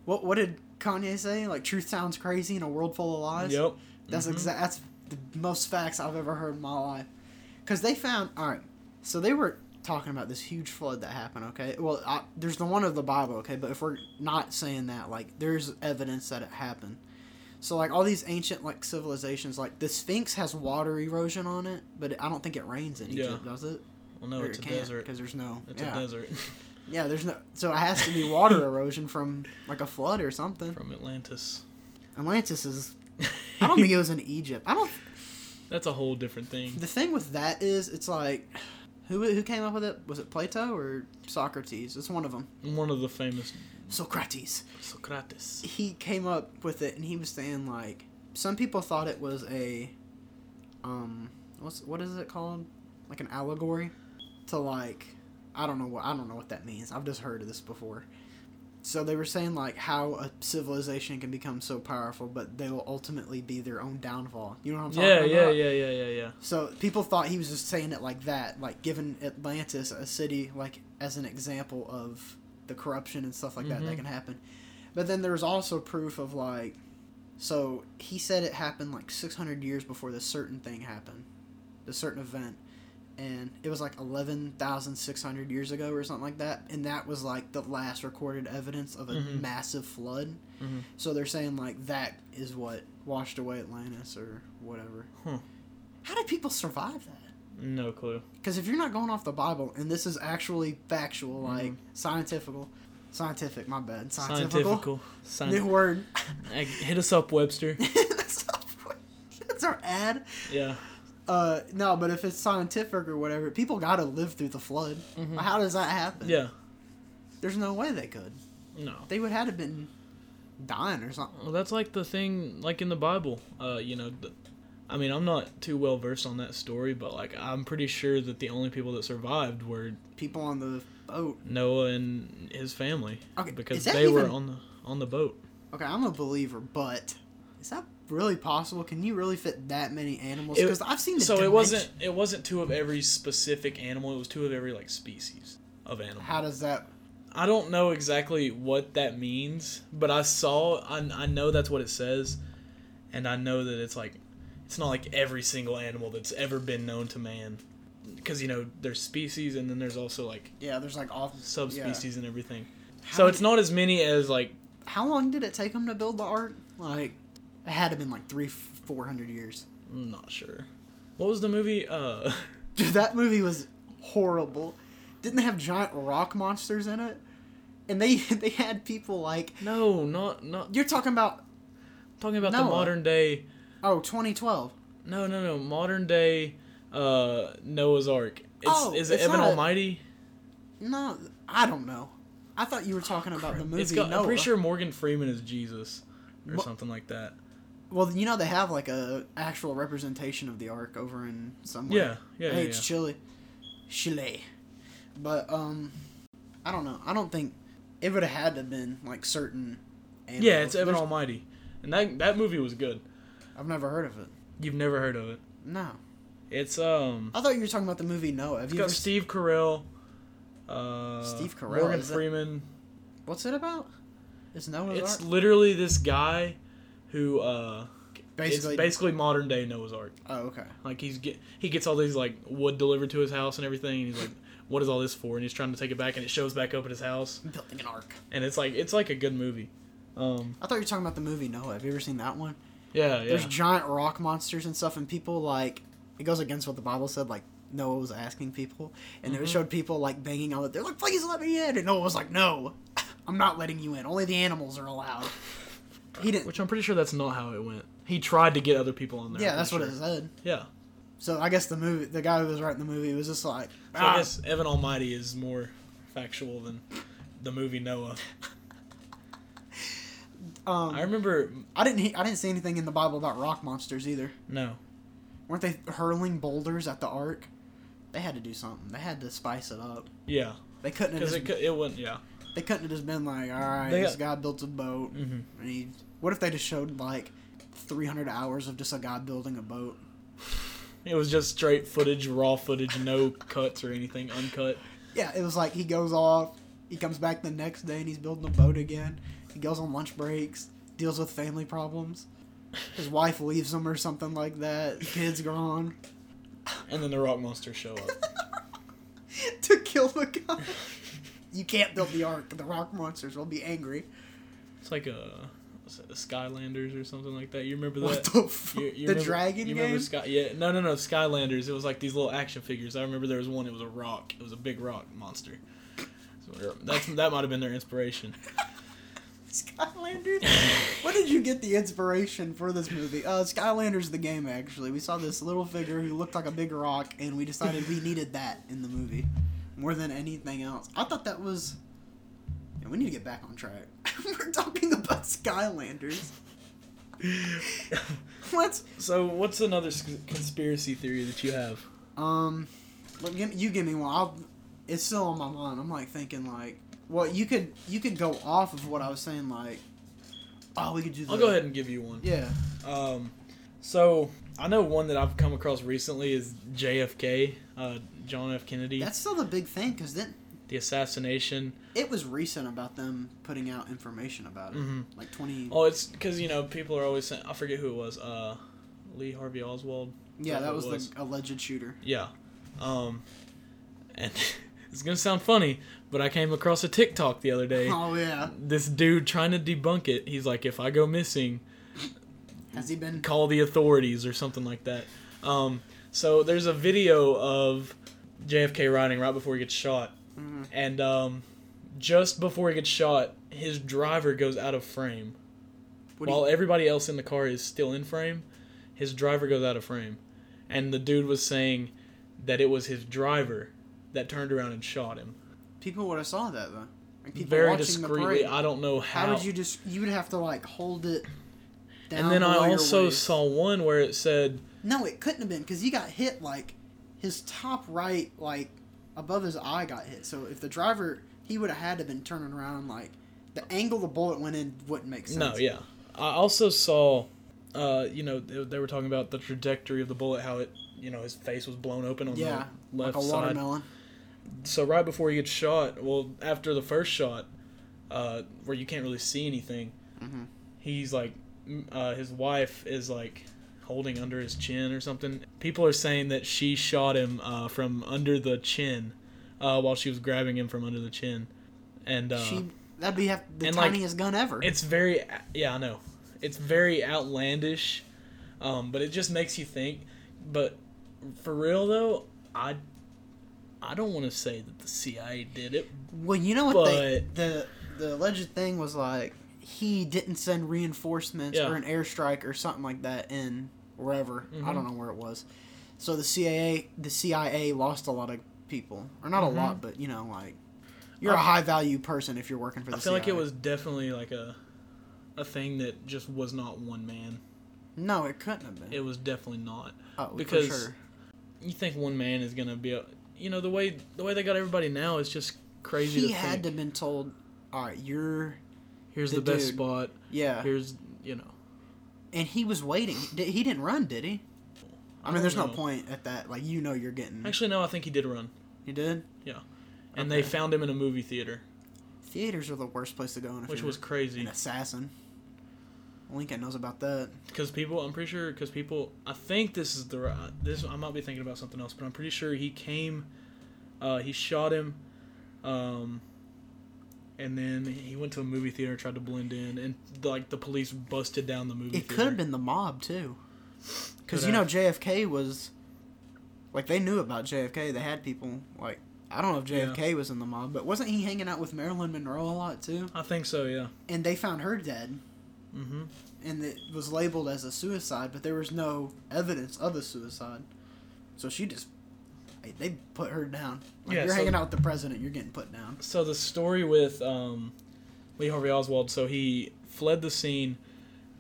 Speaker 2: What What did Kanye say? Like truth sounds crazy in a world full of lies.
Speaker 1: Yep.
Speaker 2: That's
Speaker 1: Mhm.
Speaker 2: exact. That's the most facts I've ever heard in my life. Cause they found. All right. So they were talking about this huge flood that happened. Okay. Well, I, there's the one of the Bible. Okay. But if we're not saying that, like, there's evidence that it happened. So like all these ancient like civilizations, like the Sphinx has water erosion on it, but I don't think it rains in
Speaker 1: Yeah.
Speaker 2: Egypt, does it?
Speaker 1: Well, no, it's a desert.
Speaker 2: because there's no.
Speaker 1: It's
Speaker 2: yeah.
Speaker 1: a desert
Speaker 2: Yeah, there's no. So it has to be water erosion from like a flood or something.
Speaker 1: from Atlantis.
Speaker 2: Atlantis is. I don't think it was in Egypt. I don't.
Speaker 1: That's a whole different thing.
Speaker 2: The thing with that is, it's like, who who came up with it? Was it Plato or Socrates? It's one of them.
Speaker 1: One of the famous
Speaker 2: Socrates.
Speaker 1: Socrates.
Speaker 2: He came up with it, and he was saying like, some people thought it was a, um, what's what is it called? Like an allegory, to like, I don't know what I don't know what that means. I've just heard of this before. So they were saying like how a civilization can become so powerful, but they will ultimately be their own downfall. You know what I'm talking
Speaker 1: Yeah,
Speaker 2: about?
Speaker 1: yeah, yeah, yeah, yeah, yeah.
Speaker 2: So people thought he was just saying it like that, like giving Atlantis a city like as an example of the corruption and stuff like that that
Speaker 1: Mhm.
Speaker 2: can happen. But then there's also proof of like so he said it happened like 600 years before this certain thing happened, the certain event. And it was like 11,600 years ago or something like that. And that was like the last recorded evidence of a
Speaker 1: Mhm.
Speaker 2: massive flood.
Speaker 1: Mhm.
Speaker 2: So they're saying like that is what washed away Atlantis or whatever.
Speaker 1: Huh.
Speaker 2: How did people survive that?
Speaker 1: No clue.
Speaker 2: Because if you're not going off the Bible, and this is actually factual, like
Speaker 1: Mhm.
Speaker 2: scientifical, scientific, my bad, scientifical,
Speaker 1: Scientifical.
Speaker 2: new
Speaker 1: Scien-
Speaker 2: word.
Speaker 1: Hey, hit us up, Webster.
Speaker 2: That's that's our ad.
Speaker 1: Yeah.
Speaker 2: Uh, no, but if it's scientific or whatever, people gotta live through the flood.
Speaker 1: Mhm.
Speaker 2: How does that happen?
Speaker 1: Yeah.
Speaker 2: There's no way they could.
Speaker 1: No.
Speaker 2: They would have been dying or something.
Speaker 1: Well, that's like the thing, like in the Bible. Uh, you know, the, I mean, I'm not too well versed on that story, but like, I'm pretty sure that the only people that survived were
Speaker 2: People on the boat.
Speaker 1: Noah and his family
Speaker 2: Okay,
Speaker 1: because
Speaker 2: is that
Speaker 1: they were
Speaker 2: even-
Speaker 1: on the on the boat.
Speaker 2: Okay, I'm a believer, but is that really possible? Can you really fit that many animals?
Speaker 1: It-
Speaker 2: Because I've seen the
Speaker 1: So it
Speaker 2: dimension-
Speaker 1: wasn't it wasn't two of every specific animal. It was two of every like species of animal.
Speaker 2: How does that?
Speaker 1: I don't know exactly what that means, but I saw I, I know that's what it says, and I know that it's like it's not like every single animal that's ever been known to man, because you know there's species and then there's also like
Speaker 2: Yeah, there's like off
Speaker 1: subspecies and everything.
Speaker 2: How
Speaker 1: so
Speaker 2: did-
Speaker 1: it's not as many as like
Speaker 2: How long did it take them to build the ark? Like, it had to been like three, four hundred years.
Speaker 1: I'm not sure. What was the movie? Uh,
Speaker 2: Dude, that movie was horrible. Didn't they have giant rock monsters in it? And they they had people like
Speaker 1: no, not not
Speaker 2: you're talking about
Speaker 1: talking about the
Speaker 2: Noah.
Speaker 1: modern day.
Speaker 2: oh 2012.
Speaker 1: No, no, no, modern day uh, Noah's Ark. It's,
Speaker 2: Oh,
Speaker 1: is it
Speaker 2: it's
Speaker 1: Evan
Speaker 2: not a-
Speaker 1: Almighty?
Speaker 2: No, I don't know. I thought you were talking about the movie.
Speaker 1: Oh, It's got,
Speaker 2: Noah.
Speaker 1: I'm pretty sure Morgan Freeman is Jesus or
Speaker 2: Mo-
Speaker 1: something like that.
Speaker 2: Well, you know they have like a actual representation of the ark over in somewhere.
Speaker 1: Yeah, yeah,
Speaker 2: Hey,
Speaker 1: yeah,
Speaker 2: it's
Speaker 1: yeah.
Speaker 2: Chile. Chile. But um I don't know. I don't think it would have had to been like certain animals.
Speaker 1: Yeah, it's Evan
Speaker 2: There's-
Speaker 1: Almighty, and that that movie was good.
Speaker 2: I've never heard of it.
Speaker 1: You've never heard of it?
Speaker 2: No.
Speaker 1: It's um,
Speaker 2: I thought you were talking about the movie Noah. Have
Speaker 1: it's
Speaker 2: you
Speaker 1: got
Speaker 2: ever seen,
Speaker 1: Steve Carell, uh,
Speaker 2: Steve Carell,
Speaker 1: Morgan
Speaker 2: is that-
Speaker 1: Freeman.
Speaker 2: What's it about? It's Noah's
Speaker 1: It's
Speaker 2: Ark.
Speaker 1: literally this guy who uh,
Speaker 2: Basically.
Speaker 1: it's basically modern day Noah's Ark.
Speaker 2: oh, okay.
Speaker 1: Like he's get he gets all these like wood delivered to his house and everything, and he's like, "What is all this for?" And he's trying to take it back, and it shows back up at his house,
Speaker 2: Building an ark.
Speaker 1: and it's like it's like a good movie. Um,
Speaker 2: I thought you were talking about the movie Noah. Have you ever seen that one?
Speaker 1: yeah, yeah.
Speaker 2: There's giant rock monsters and stuff, and people like it goes against what the Bible said. Like Noah was asking people, and it
Speaker 1: Mhm.
Speaker 2: showed people like banging on it. They're like, "Please let me in," and Noah was like, "No, I'm not letting you in. Only the animals are allowed." He didn't.
Speaker 1: Which I'm pretty sure that's not how it went. He tried to get other people on there.
Speaker 2: yeah,
Speaker 1: I'm
Speaker 2: that's what
Speaker 1: pretty
Speaker 2: it
Speaker 1: sure.
Speaker 2: said.
Speaker 1: Yeah.
Speaker 2: So I guess the movie, the guy who was writing the movie, was just like,
Speaker 1: So I
Speaker 2: "Ah."
Speaker 1: guess Evan Almighty is more factual than the movie Noah.
Speaker 2: um,
Speaker 1: I
Speaker 2: I,
Speaker 1: remember
Speaker 2: didn't. He- I didn't see anything in the Bible about rock monsters either.
Speaker 1: no.
Speaker 2: Weren't they hurling boulders at the ark? They had to do something. They had to spice it up.
Speaker 1: Yeah,
Speaker 2: They couldn't have
Speaker 1: because
Speaker 2: just,
Speaker 1: it cou- it wouldn't. Yeah.
Speaker 2: they couldn't have just been like, all right,
Speaker 1: They
Speaker 2: this
Speaker 1: got-
Speaker 2: guy built a boat.
Speaker 1: Mm-hmm.
Speaker 2: And he, what if they just showed like 300 hours of just a guy building a boat?
Speaker 1: It was just straight footage, raw footage, no cuts or anything, uncut.
Speaker 2: Yeah, it was like he goes off, he comes back the next day and he's building a boat again. He goes on lunch breaks, deals with family problems. His wife leaves him or something like that. Kids gone
Speaker 1: And then the rock monsters show up.
Speaker 2: to kill the guy. You can't build the ark. The rock monsters will be angry.
Speaker 1: It's like a, what's it, the Skylanders or something like that. You remember that?
Speaker 2: What the
Speaker 1: You-
Speaker 2: fuck?
Speaker 1: you
Speaker 2: the
Speaker 1: remember-
Speaker 2: dragon
Speaker 1: you
Speaker 2: game?
Speaker 1: Remember Sky, yeah, no, no, no. Skylanders. It was like these little action figures. I remember there was one. It was a rock. It was a big rock monster. So er, that's that might have been their inspiration.
Speaker 2: Skylanders? Where did you get the inspiration for this movie? Uh, Skylanders, the game, actually. We saw this little figure who looked like a big rock, and we decided we needed that in the movie more than anything else. I thought that was. Yeah, we need to get back on track. We're talking about Skylanders. Let's.
Speaker 1: so what's another s- conspiracy theory that you have?
Speaker 2: Um, well, give, you give me one. I'll, it's still on my mind. I'm like thinking like, well, you could you could go off of what I was saying. Like, oh, we could do. The,
Speaker 1: I'll go ahead and give you one.
Speaker 2: Yeah.
Speaker 1: Um, so I know one that I've come across recently is JFK, uh, John F. Kennedy,
Speaker 2: That's still the big thing because then
Speaker 1: the assassination.
Speaker 2: it was recent about them putting out information about it,
Speaker 1: hmm
Speaker 2: like twenty.
Speaker 1: Oh, it's because you know people are always saying I forget who it was. Uh, Lee Harvey Oswald.
Speaker 2: yeah, that was,
Speaker 1: was.
Speaker 2: the alleged shooter.
Speaker 1: Yeah. Um, and it's gonna sound funny, but I came across a TikTok the other day.
Speaker 2: Oh yeah,
Speaker 1: This dude trying to debunk it. He's like, if I go missing,
Speaker 2: has he been?
Speaker 1: call the authorities or something like that. Um, so there's a video of JFK riding right before he gets shot,
Speaker 2: Mhm.
Speaker 1: and um, just before he gets shot, his driver goes out of frame.
Speaker 2: What do
Speaker 1: While
Speaker 2: you,
Speaker 1: everybody else in the car is still in frame, his driver goes out of frame. And the dude was saying that it was his driver that turned around and shot him.
Speaker 2: people would have saw that though. Like people
Speaker 1: Very
Speaker 2: watching the
Speaker 1: discreetly.
Speaker 2: parade.
Speaker 1: I don't know
Speaker 2: how,
Speaker 1: how.
Speaker 2: would you just? You would have to like hold it. Down
Speaker 1: and then I
Speaker 2: below your
Speaker 1: also
Speaker 2: waist.
Speaker 1: saw one where it said,
Speaker 2: No, it couldn't have been because he got hit like his top right, like above his eye, got hit. So if the driver, he would have had to been turning around. Like the angle the bullet went in wouldn't make sense.
Speaker 1: no, yeah. I also saw, uh, you know, they, they were talking about the trajectory of the bullet, how it, you know, his face was blown open on
Speaker 2: Yeah,
Speaker 1: the
Speaker 2: like
Speaker 1: left
Speaker 2: a
Speaker 1: side.
Speaker 2: watermelon.
Speaker 1: so right before he gets shot, well, after the first shot, uh, where you can't really see anything,
Speaker 2: Mhm.
Speaker 1: he's like, m- uh, his wife is like holding under his chin or something. People are saying that she shot him uh, from under the chin, uh, while she was grabbing him from under the chin, and uh,
Speaker 2: she that'd be have the
Speaker 1: and, like,
Speaker 2: tiniest gun ever.
Speaker 1: it's very yeah I know, it's very outlandish, um, but it just makes you think. But for real though, I. I don't want to say that the CIA did it,
Speaker 2: well, you know what they, the the alleged thing was like he didn't send reinforcements
Speaker 1: Yeah.
Speaker 2: or an airstrike or something like that in wherever I
Speaker 1: Mhm.
Speaker 2: don't know where it was. So the CIA the CIA lost a lot of people, or not
Speaker 1: Mhm.
Speaker 2: a lot, but you know like you're a
Speaker 1: I-
Speaker 2: high value person if you're working for
Speaker 1: I
Speaker 2: the
Speaker 1: feel
Speaker 2: CIA.
Speaker 1: like it was definitely like a a thing that just was not one man.
Speaker 2: no, it couldn't have been
Speaker 1: It was definitely not.
Speaker 2: oh,
Speaker 1: because-
Speaker 2: for sure.
Speaker 1: You think one man is gonna be, a, you know, the way the way they got everybody now is just crazy.
Speaker 2: he
Speaker 1: to
Speaker 2: had
Speaker 1: think.
Speaker 2: to been told, all right, you're
Speaker 1: Here's
Speaker 2: the
Speaker 1: the, best
Speaker 2: dude.
Speaker 1: spot.
Speaker 2: yeah, Mm-hmm.
Speaker 1: Here's you know.
Speaker 2: and he was waiting. Did- He didn't run, did he? I mean,
Speaker 1: don't
Speaker 2: there's no
Speaker 1: know.
Speaker 2: point at that. Like, you know, you're getting.
Speaker 1: Actually, no. I think he did run,
Speaker 2: you did.
Speaker 1: and they
Speaker 2: Okay.
Speaker 1: found him in a movie theater,
Speaker 2: Theaters are the worst place to go in if
Speaker 1: which
Speaker 2: you're
Speaker 1: was
Speaker 2: an
Speaker 1: crazy
Speaker 2: assassin. Lincoln knows about that.
Speaker 1: because people. I'm pretty sure because people. I think this is the right. This I might be thinking about something else, but I'm pretty sure he came. Uh, he shot him. Um, and then he went to a movie theater and tried to blend in, and like the police busted down the movie.
Speaker 2: It
Speaker 1: theater.
Speaker 2: could have been the mob too, because
Speaker 1: Could
Speaker 2: you know
Speaker 1: have.
Speaker 2: JFK was, like they knew about JFK. They had people like I don't know if JFK was in the mob, but wasn't he hanging out with Marilyn Monroe a lot too?
Speaker 1: I think so. Yeah.
Speaker 2: And they found her dead,
Speaker 1: Mm-hmm.
Speaker 2: and it was labeled as a suicide, but there was no evidence of a suicide. So she just, like, they put her down. Like,
Speaker 1: Yeah,
Speaker 2: you're
Speaker 1: so-
Speaker 2: hanging out with the president, you're getting put down.
Speaker 1: So the story with um, Lee Harvey Oswald. So he fled the scene,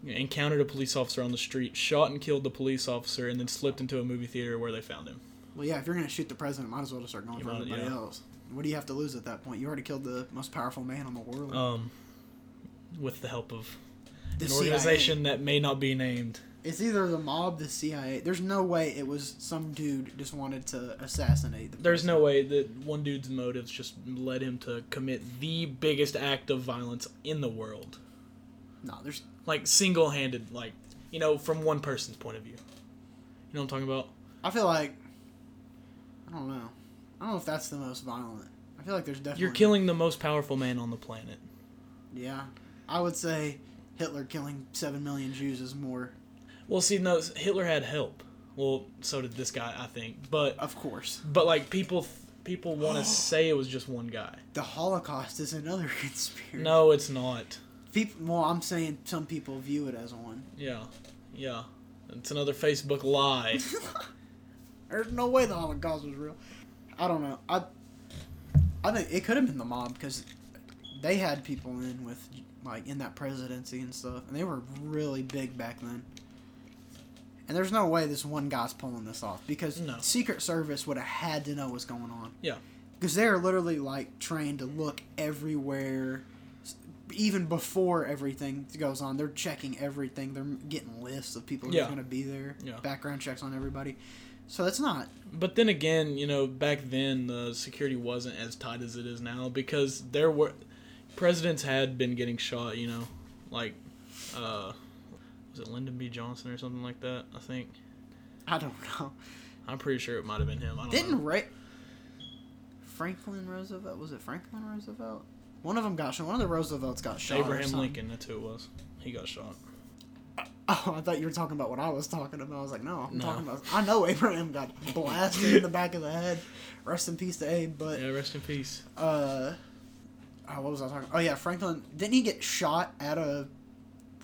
Speaker 1: encountered a police officer on the street, shot and killed the police officer, and then slipped into a movie theater where they found him.
Speaker 2: Well, yeah, if you're gonna shoot the president, might as well just start going
Speaker 1: You
Speaker 2: for
Speaker 1: might-
Speaker 2: everybody
Speaker 1: yeah.
Speaker 2: else. What do you have to lose at that point? You already killed the most powerful man in the world.
Speaker 1: Um, with the help of
Speaker 2: the
Speaker 1: an
Speaker 2: CIA.
Speaker 1: organization that may not be named.
Speaker 2: It's either the mob, the CIA. There's no way it was some dude just wanted to assassinate. The
Speaker 1: There's no way that one dude's motives just led him to commit the biggest act of violence in the world.
Speaker 2: no. No, there's
Speaker 1: Like single handed, like, you know, from one person's point of view. You know what I'm talking about?
Speaker 2: I feel like I don't know. I don't know if that's the most violent. I feel like there's definitely
Speaker 1: You're killing the most powerful man on the planet.
Speaker 2: Yeah, I would say Hitler killing seven million Jews is more,
Speaker 1: Well, see, no, Hitler had help. Well, so did this guy, I think. But
Speaker 2: of course.
Speaker 1: but like people people want to say it was just one guy.
Speaker 2: The Holocaust is another conspiracy.
Speaker 1: No, it's not.
Speaker 2: people. Well, I'm saying some people view it as one.
Speaker 1: Yeah. Yeah. It's another Facebook lie.
Speaker 2: There's no way the Holocaust was real. I don't know. I I think it could have been the mob because they had people in with like in that presidency and stuff, and they were really big back then. And there's no way this one guy's pulling this off because
Speaker 1: No.
Speaker 2: Secret Service would have had to know what's going on.
Speaker 1: Yeah.
Speaker 2: because they're literally like trained to look everywhere, s- even before everything goes on. They're checking everything. They're getting lists of people who's
Speaker 1: Yeah.
Speaker 2: going to be there.
Speaker 1: Yeah.
Speaker 2: Background checks on everybody. So that's not
Speaker 1: But then again, you know, back then the security wasn't as tight as it is now because there were presidents had been getting shot. You know, like uh, was it Lyndon B. Johnson or something like that? I think
Speaker 2: I don't know.
Speaker 1: I'm pretty sure it might have been him. I don't
Speaker 2: Didn't
Speaker 1: know.
Speaker 2: Ra- Franklin Roosevelt was it Franklin Roosevelt? One of them got shot. One of the Roosevelts got shot. or
Speaker 1: Abraham
Speaker 2: something.
Speaker 1: Lincoln? That's who it was. He got shot.
Speaker 2: Oh, I thought you were talking about what I was talking about. I was like, no, I'm
Speaker 1: No.
Speaker 2: talking about. I know Abraham got blasted in the back of the head. Rest in peace to Abe. But
Speaker 1: Yeah, rest in peace.
Speaker 2: uh, oh, what was I talking? Oh yeah, Franklin. Didn't he get shot at a?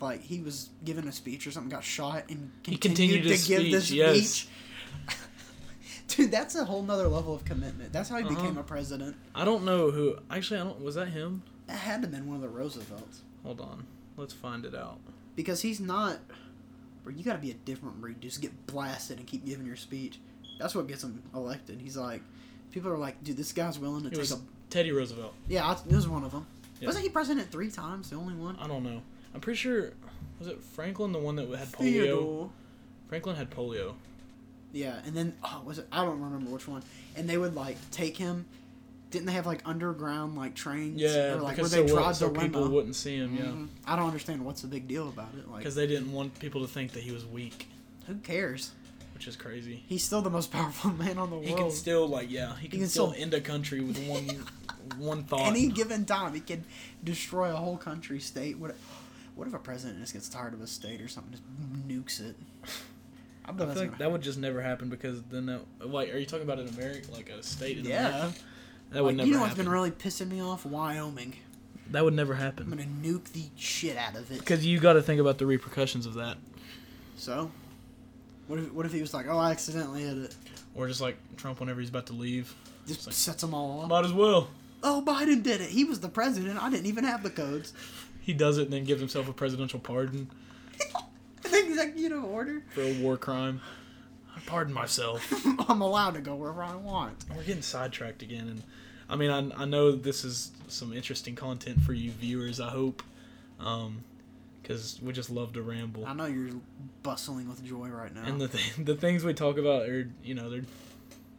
Speaker 2: Like he was giving a speech or something, got shot, and continued
Speaker 1: He continued
Speaker 2: to
Speaker 1: his
Speaker 2: give this
Speaker 1: speech, yes.
Speaker 2: speech. Dude, that's a whole nother level of commitment. That's how he became
Speaker 1: Uh-huh.
Speaker 2: a president.
Speaker 1: I don't know who. Actually, I don't. Was that him?
Speaker 2: That had to have been one of the Roosevelts
Speaker 1: Hold on. Let's find it out.
Speaker 2: because he's not. Bro, you got to be a different breed. Just get blasted and keep giving your speech. That's what gets him elected. He's like, people are like, dude, this guy's willing to
Speaker 1: It
Speaker 2: take
Speaker 1: was
Speaker 2: a.
Speaker 1: Teddy Roosevelt.
Speaker 2: Yeah, I, this is one of them.
Speaker 1: Yeah.
Speaker 2: Wasn't he president three times? The only one.
Speaker 1: I don't know. I'm pretty sure. Was it Franklin the one that had polio?
Speaker 2: Theodore.
Speaker 1: Franklin had polio.
Speaker 2: Yeah, and then oh, was it? I don't remember which one. And they would like take him. Didn't they have like underground like trains?
Speaker 1: Yeah,
Speaker 2: or, like
Speaker 1: because
Speaker 2: where they
Speaker 1: so,
Speaker 2: drive
Speaker 1: so
Speaker 2: the
Speaker 1: people
Speaker 2: limo.
Speaker 1: wouldn't see him. Yeah,
Speaker 2: Mhm. I don't understand what's the big deal about it. Like,
Speaker 1: because they didn't want people to think that he was weak,
Speaker 2: who cares?
Speaker 1: which is crazy.
Speaker 2: He's still the most powerful man on the
Speaker 1: He can
Speaker 2: world.
Speaker 1: still like yeah, he can,
Speaker 2: can
Speaker 1: still,
Speaker 2: still-
Speaker 1: end a country with one one thought.
Speaker 2: Any given time, he can destroy a whole country, state. What? What if a president just gets tired of a state or something, just nukes it? I
Speaker 1: I
Speaker 2: bet
Speaker 1: feel
Speaker 2: that's
Speaker 1: like
Speaker 2: gonna.
Speaker 1: that would just never happen because then that, like are you talking about an America like a state in
Speaker 2: Yeah.
Speaker 1: America? That would
Speaker 2: Like,
Speaker 1: never
Speaker 2: you know what's
Speaker 1: happen.
Speaker 2: been really pissing me off? Wyoming.
Speaker 1: that would never
Speaker 2: I'm
Speaker 1: happen
Speaker 2: gonna nuke the shit out of it.
Speaker 1: because you got to think about the repercussions of that,
Speaker 2: So, what if what if he was like, oh, I accidentally hit it?
Speaker 1: or just like Trump whenever he's about to leave,
Speaker 2: Just
Speaker 1: It's like-
Speaker 2: sets them all up.
Speaker 1: might as well.
Speaker 2: Oh, Biden did it. He was the president. I didn't even have the codes.
Speaker 1: He does it and then gives himself a presidential pardon
Speaker 2: Executive order.
Speaker 1: for a war crime. I pardon myself.
Speaker 2: I'm allowed to go wherever I want.
Speaker 1: We're getting sidetracked again, and I mean, I, I know this is some interesting content for you viewers. I hope, because we just love to ramble,
Speaker 2: I know you're bustling with joy right now.
Speaker 1: and the th- the things we talk about are you know they're,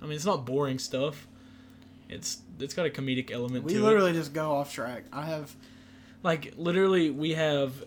Speaker 1: I mean, it's not boring stuff. It's it's got a comedic element
Speaker 2: we
Speaker 1: to
Speaker 2: literally just go off track. I have
Speaker 1: it. Like literally, we have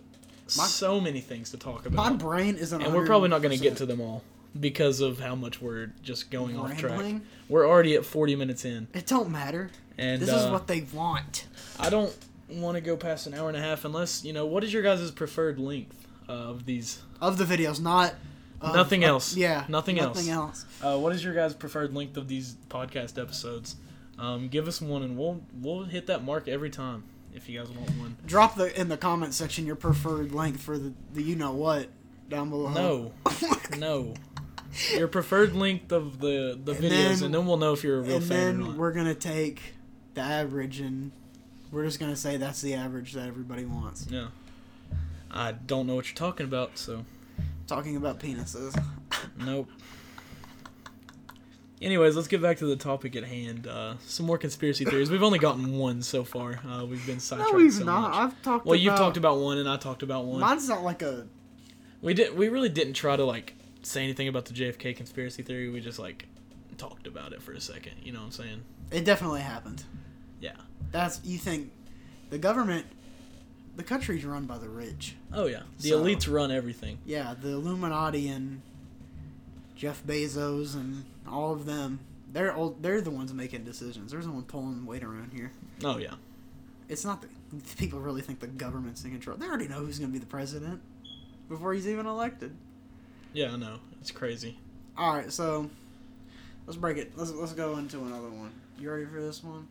Speaker 2: My-
Speaker 1: so many things to talk
Speaker 2: my
Speaker 1: about,
Speaker 2: brain is an.
Speaker 1: and we're probably not going to get to them all because of how much we're just going off track.
Speaker 2: Rambling.
Speaker 1: We're already at 40 minutes in,
Speaker 2: It don't matter.
Speaker 1: and
Speaker 2: this
Speaker 1: uh,
Speaker 2: is what they want.
Speaker 1: I don't want to go past an hour and a half unless you know what is your guys' preferred length of these.
Speaker 2: Of the videos, not. of-
Speaker 1: Nothing
Speaker 2: of-
Speaker 1: else.
Speaker 2: yeah.
Speaker 1: Nothing else.
Speaker 2: Nothing else.
Speaker 1: Uh, what is your guys' preferred length of these podcast episodes? Um, give us one, and we'll we'll hit that mark every time if you guys want one.
Speaker 2: Drop the in the comment section your preferred length for the, the you know what down below.
Speaker 1: No, no, your preferred length of the the
Speaker 2: And
Speaker 1: videos,
Speaker 2: then-
Speaker 1: and then we'll know if you're a real
Speaker 2: and
Speaker 1: fan or
Speaker 2: then
Speaker 1: not.
Speaker 2: we're gonna take the average and we're just gonna say that's the average that everybody wants.
Speaker 1: Yeah. I don't know what you're talking about, so
Speaker 2: Talking about penises.
Speaker 1: nope. Anyways, let's get back to the topic at hand. Uh, some more conspiracy theories. We've only gotten one so far. Uh, we've been sidetracked.
Speaker 2: No, he's
Speaker 1: so
Speaker 2: not.
Speaker 1: Much.
Speaker 2: I've talked.
Speaker 1: Well, you've
Speaker 2: about-
Speaker 1: talked about one, and I talked about one.
Speaker 2: Mine's not like a.
Speaker 1: we did. We really didn't try to like say anything about the JFK conspiracy theory. We just like talked about it for a second. You know what I'm saying?
Speaker 2: It definitely happened.
Speaker 1: Yeah.
Speaker 2: That's you think, the government, the country's run by the rich.
Speaker 1: Oh yeah. The
Speaker 2: So-
Speaker 1: elites run everything.
Speaker 2: Yeah, the Illuminati and Jeff Bezos and all of them. They're all, they're the ones making decisions. There's no one pulling weight around here.
Speaker 1: Oh yeah.
Speaker 2: It's not that people really think the government's in control. They already know who's going to be the president before he's even elected.
Speaker 1: Yeah, I know. It's crazy.
Speaker 2: All right, so let's break it. Let's let's go into another one. You ready for this one?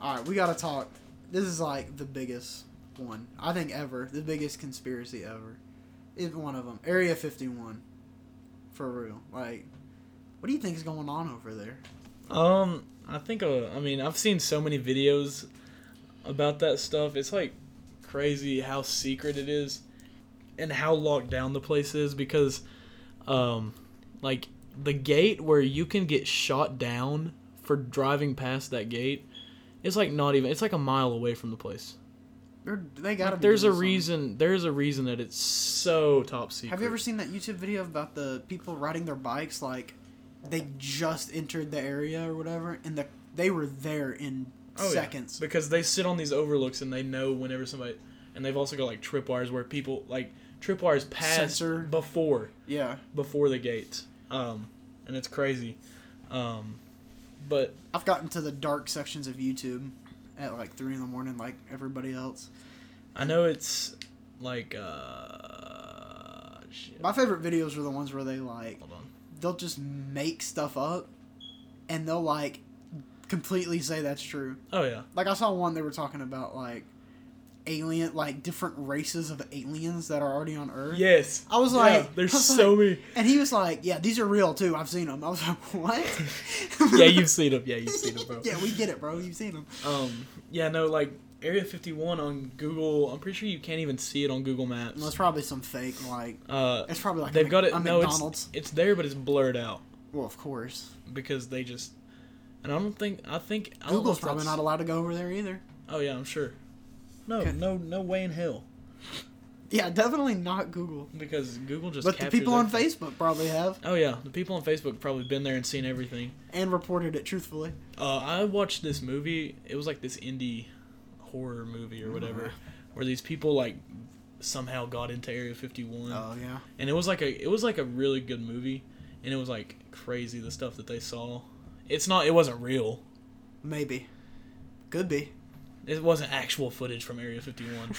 Speaker 2: All right, we gotta talk. This is like the biggest one I think ever. The biggest conspiracy ever. Is one of them. Area fifty one. For real, like, what do you think is going on over there?
Speaker 1: Um, I think. Uh, I mean, I've seen so many videos about that stuff. It's like crazy how secret it is, and how locked down the place is because, um, like the gate where you can get shot down for driving past that gate. It's like not even. It's like a mile away from the place.
Speaker 2: They're, they gotta.
Speaker 1: Like,
Speaker 2: be
Speaker 1: there's a
Speaker 2: doing something.
Speaker 1: reason. There's a reason that it's so top secret.
Speaker 2: Have you ever seen that YouTube video about the people riding their bikes like they just entered the area or whatever, and the they were there in
Speaker 1: Oh, yeah.
Speaker 2: seconds.
Speaker 1: because they sit on these overlooks and they know whenever somebody and they've also got like tripwires where people like tripwires pass
Speaker 2: Sensor.
Speaker 1: before
Speaker 2: yeah.
Speaker 1: before the gates um and it's crazy um but
Speaker 2: I've gotten to the dark sections of YouTube at like three in the morning, like everybody else.
Speaker 1: i know it's like uh shit.
Speaker 2: My favorite videos are the ones where they like
Speaker 1: hold on
Speaker 2: they'll just make stuff up, and they'll like completely say that's true.
Speaker 1: oh yeah
Speaker 2: Like I saw one they were talking about like alien, like different races of aliens that are already on Earth.
Speaker 1: yes
Speaker 2: I was
Speaker 1: Yeah,
Speaker 2: like-
Speaker 1: there's
Speaker 2: I was
Speaker 1: so many
Speaker 2: And he was like, "Yeah, these are real too. I've seen them." I was like, "What?"
Speaker 1: yeah you've seen them yeah you've seen them bro
Speaker 2: yeah, we get it, bro. You've seen them.
Speaker 1: um yeah no like area 51 on google i'm pretty sure you can't even see it on google
Speaker 2: Well, it's
Speaker 1: maps
Speaker 2: probably some fake. Like
Speaker 1: uh
Speaker 2: it's probably like a
Speaker 1: They've
Speaker 2: Mc-
Speaker 1: got it.
Speaker 2: A
Speaker 1: no,
Speaker 2: McDonald's.
Speaker 1: it's it's there, but it's blurred out
Speaker 2: Well, of course.
Speaker 1: because they just. And I don't think I think I don't know
Speaker 2: Google's
Speaker 1: if
Speaker 2: probably
Speaker 1: that's-
Speaker 2: not allowed to go over there either.
Speaker 1: Oh yeah, I'm sure. No,
Speaker 2: Okay.
Speaker 1: no, no way in hell
Speaker 2: Yeah, definitely not Google.
Speaker 1: because Google just.
Speaker 2: But the
Speaker 1: captures
Speaker 2: people on
Speaker 1: everything.
Speaker 2: Facebook probably have
Speaker 1: Oh yeah, the people on Facebook probably been there and seen everything.
Speaker 2: and reported it truthfully.
Speaker 1: Uh, I watched this movie. It was like this indie horror movie or whatever,
Speaker 2: Alright.
Speaker 1: where these people like somehow got into Area 51.
Speaker 2: Oh, yeah.
Speaker 1: and it was like a it was like a really good movie and it was like crazy the stuff that they saw it's not it wasn't real
Speaker 2: Maybe. Could be.
Speaker 1: it wasn't actual footage from area 51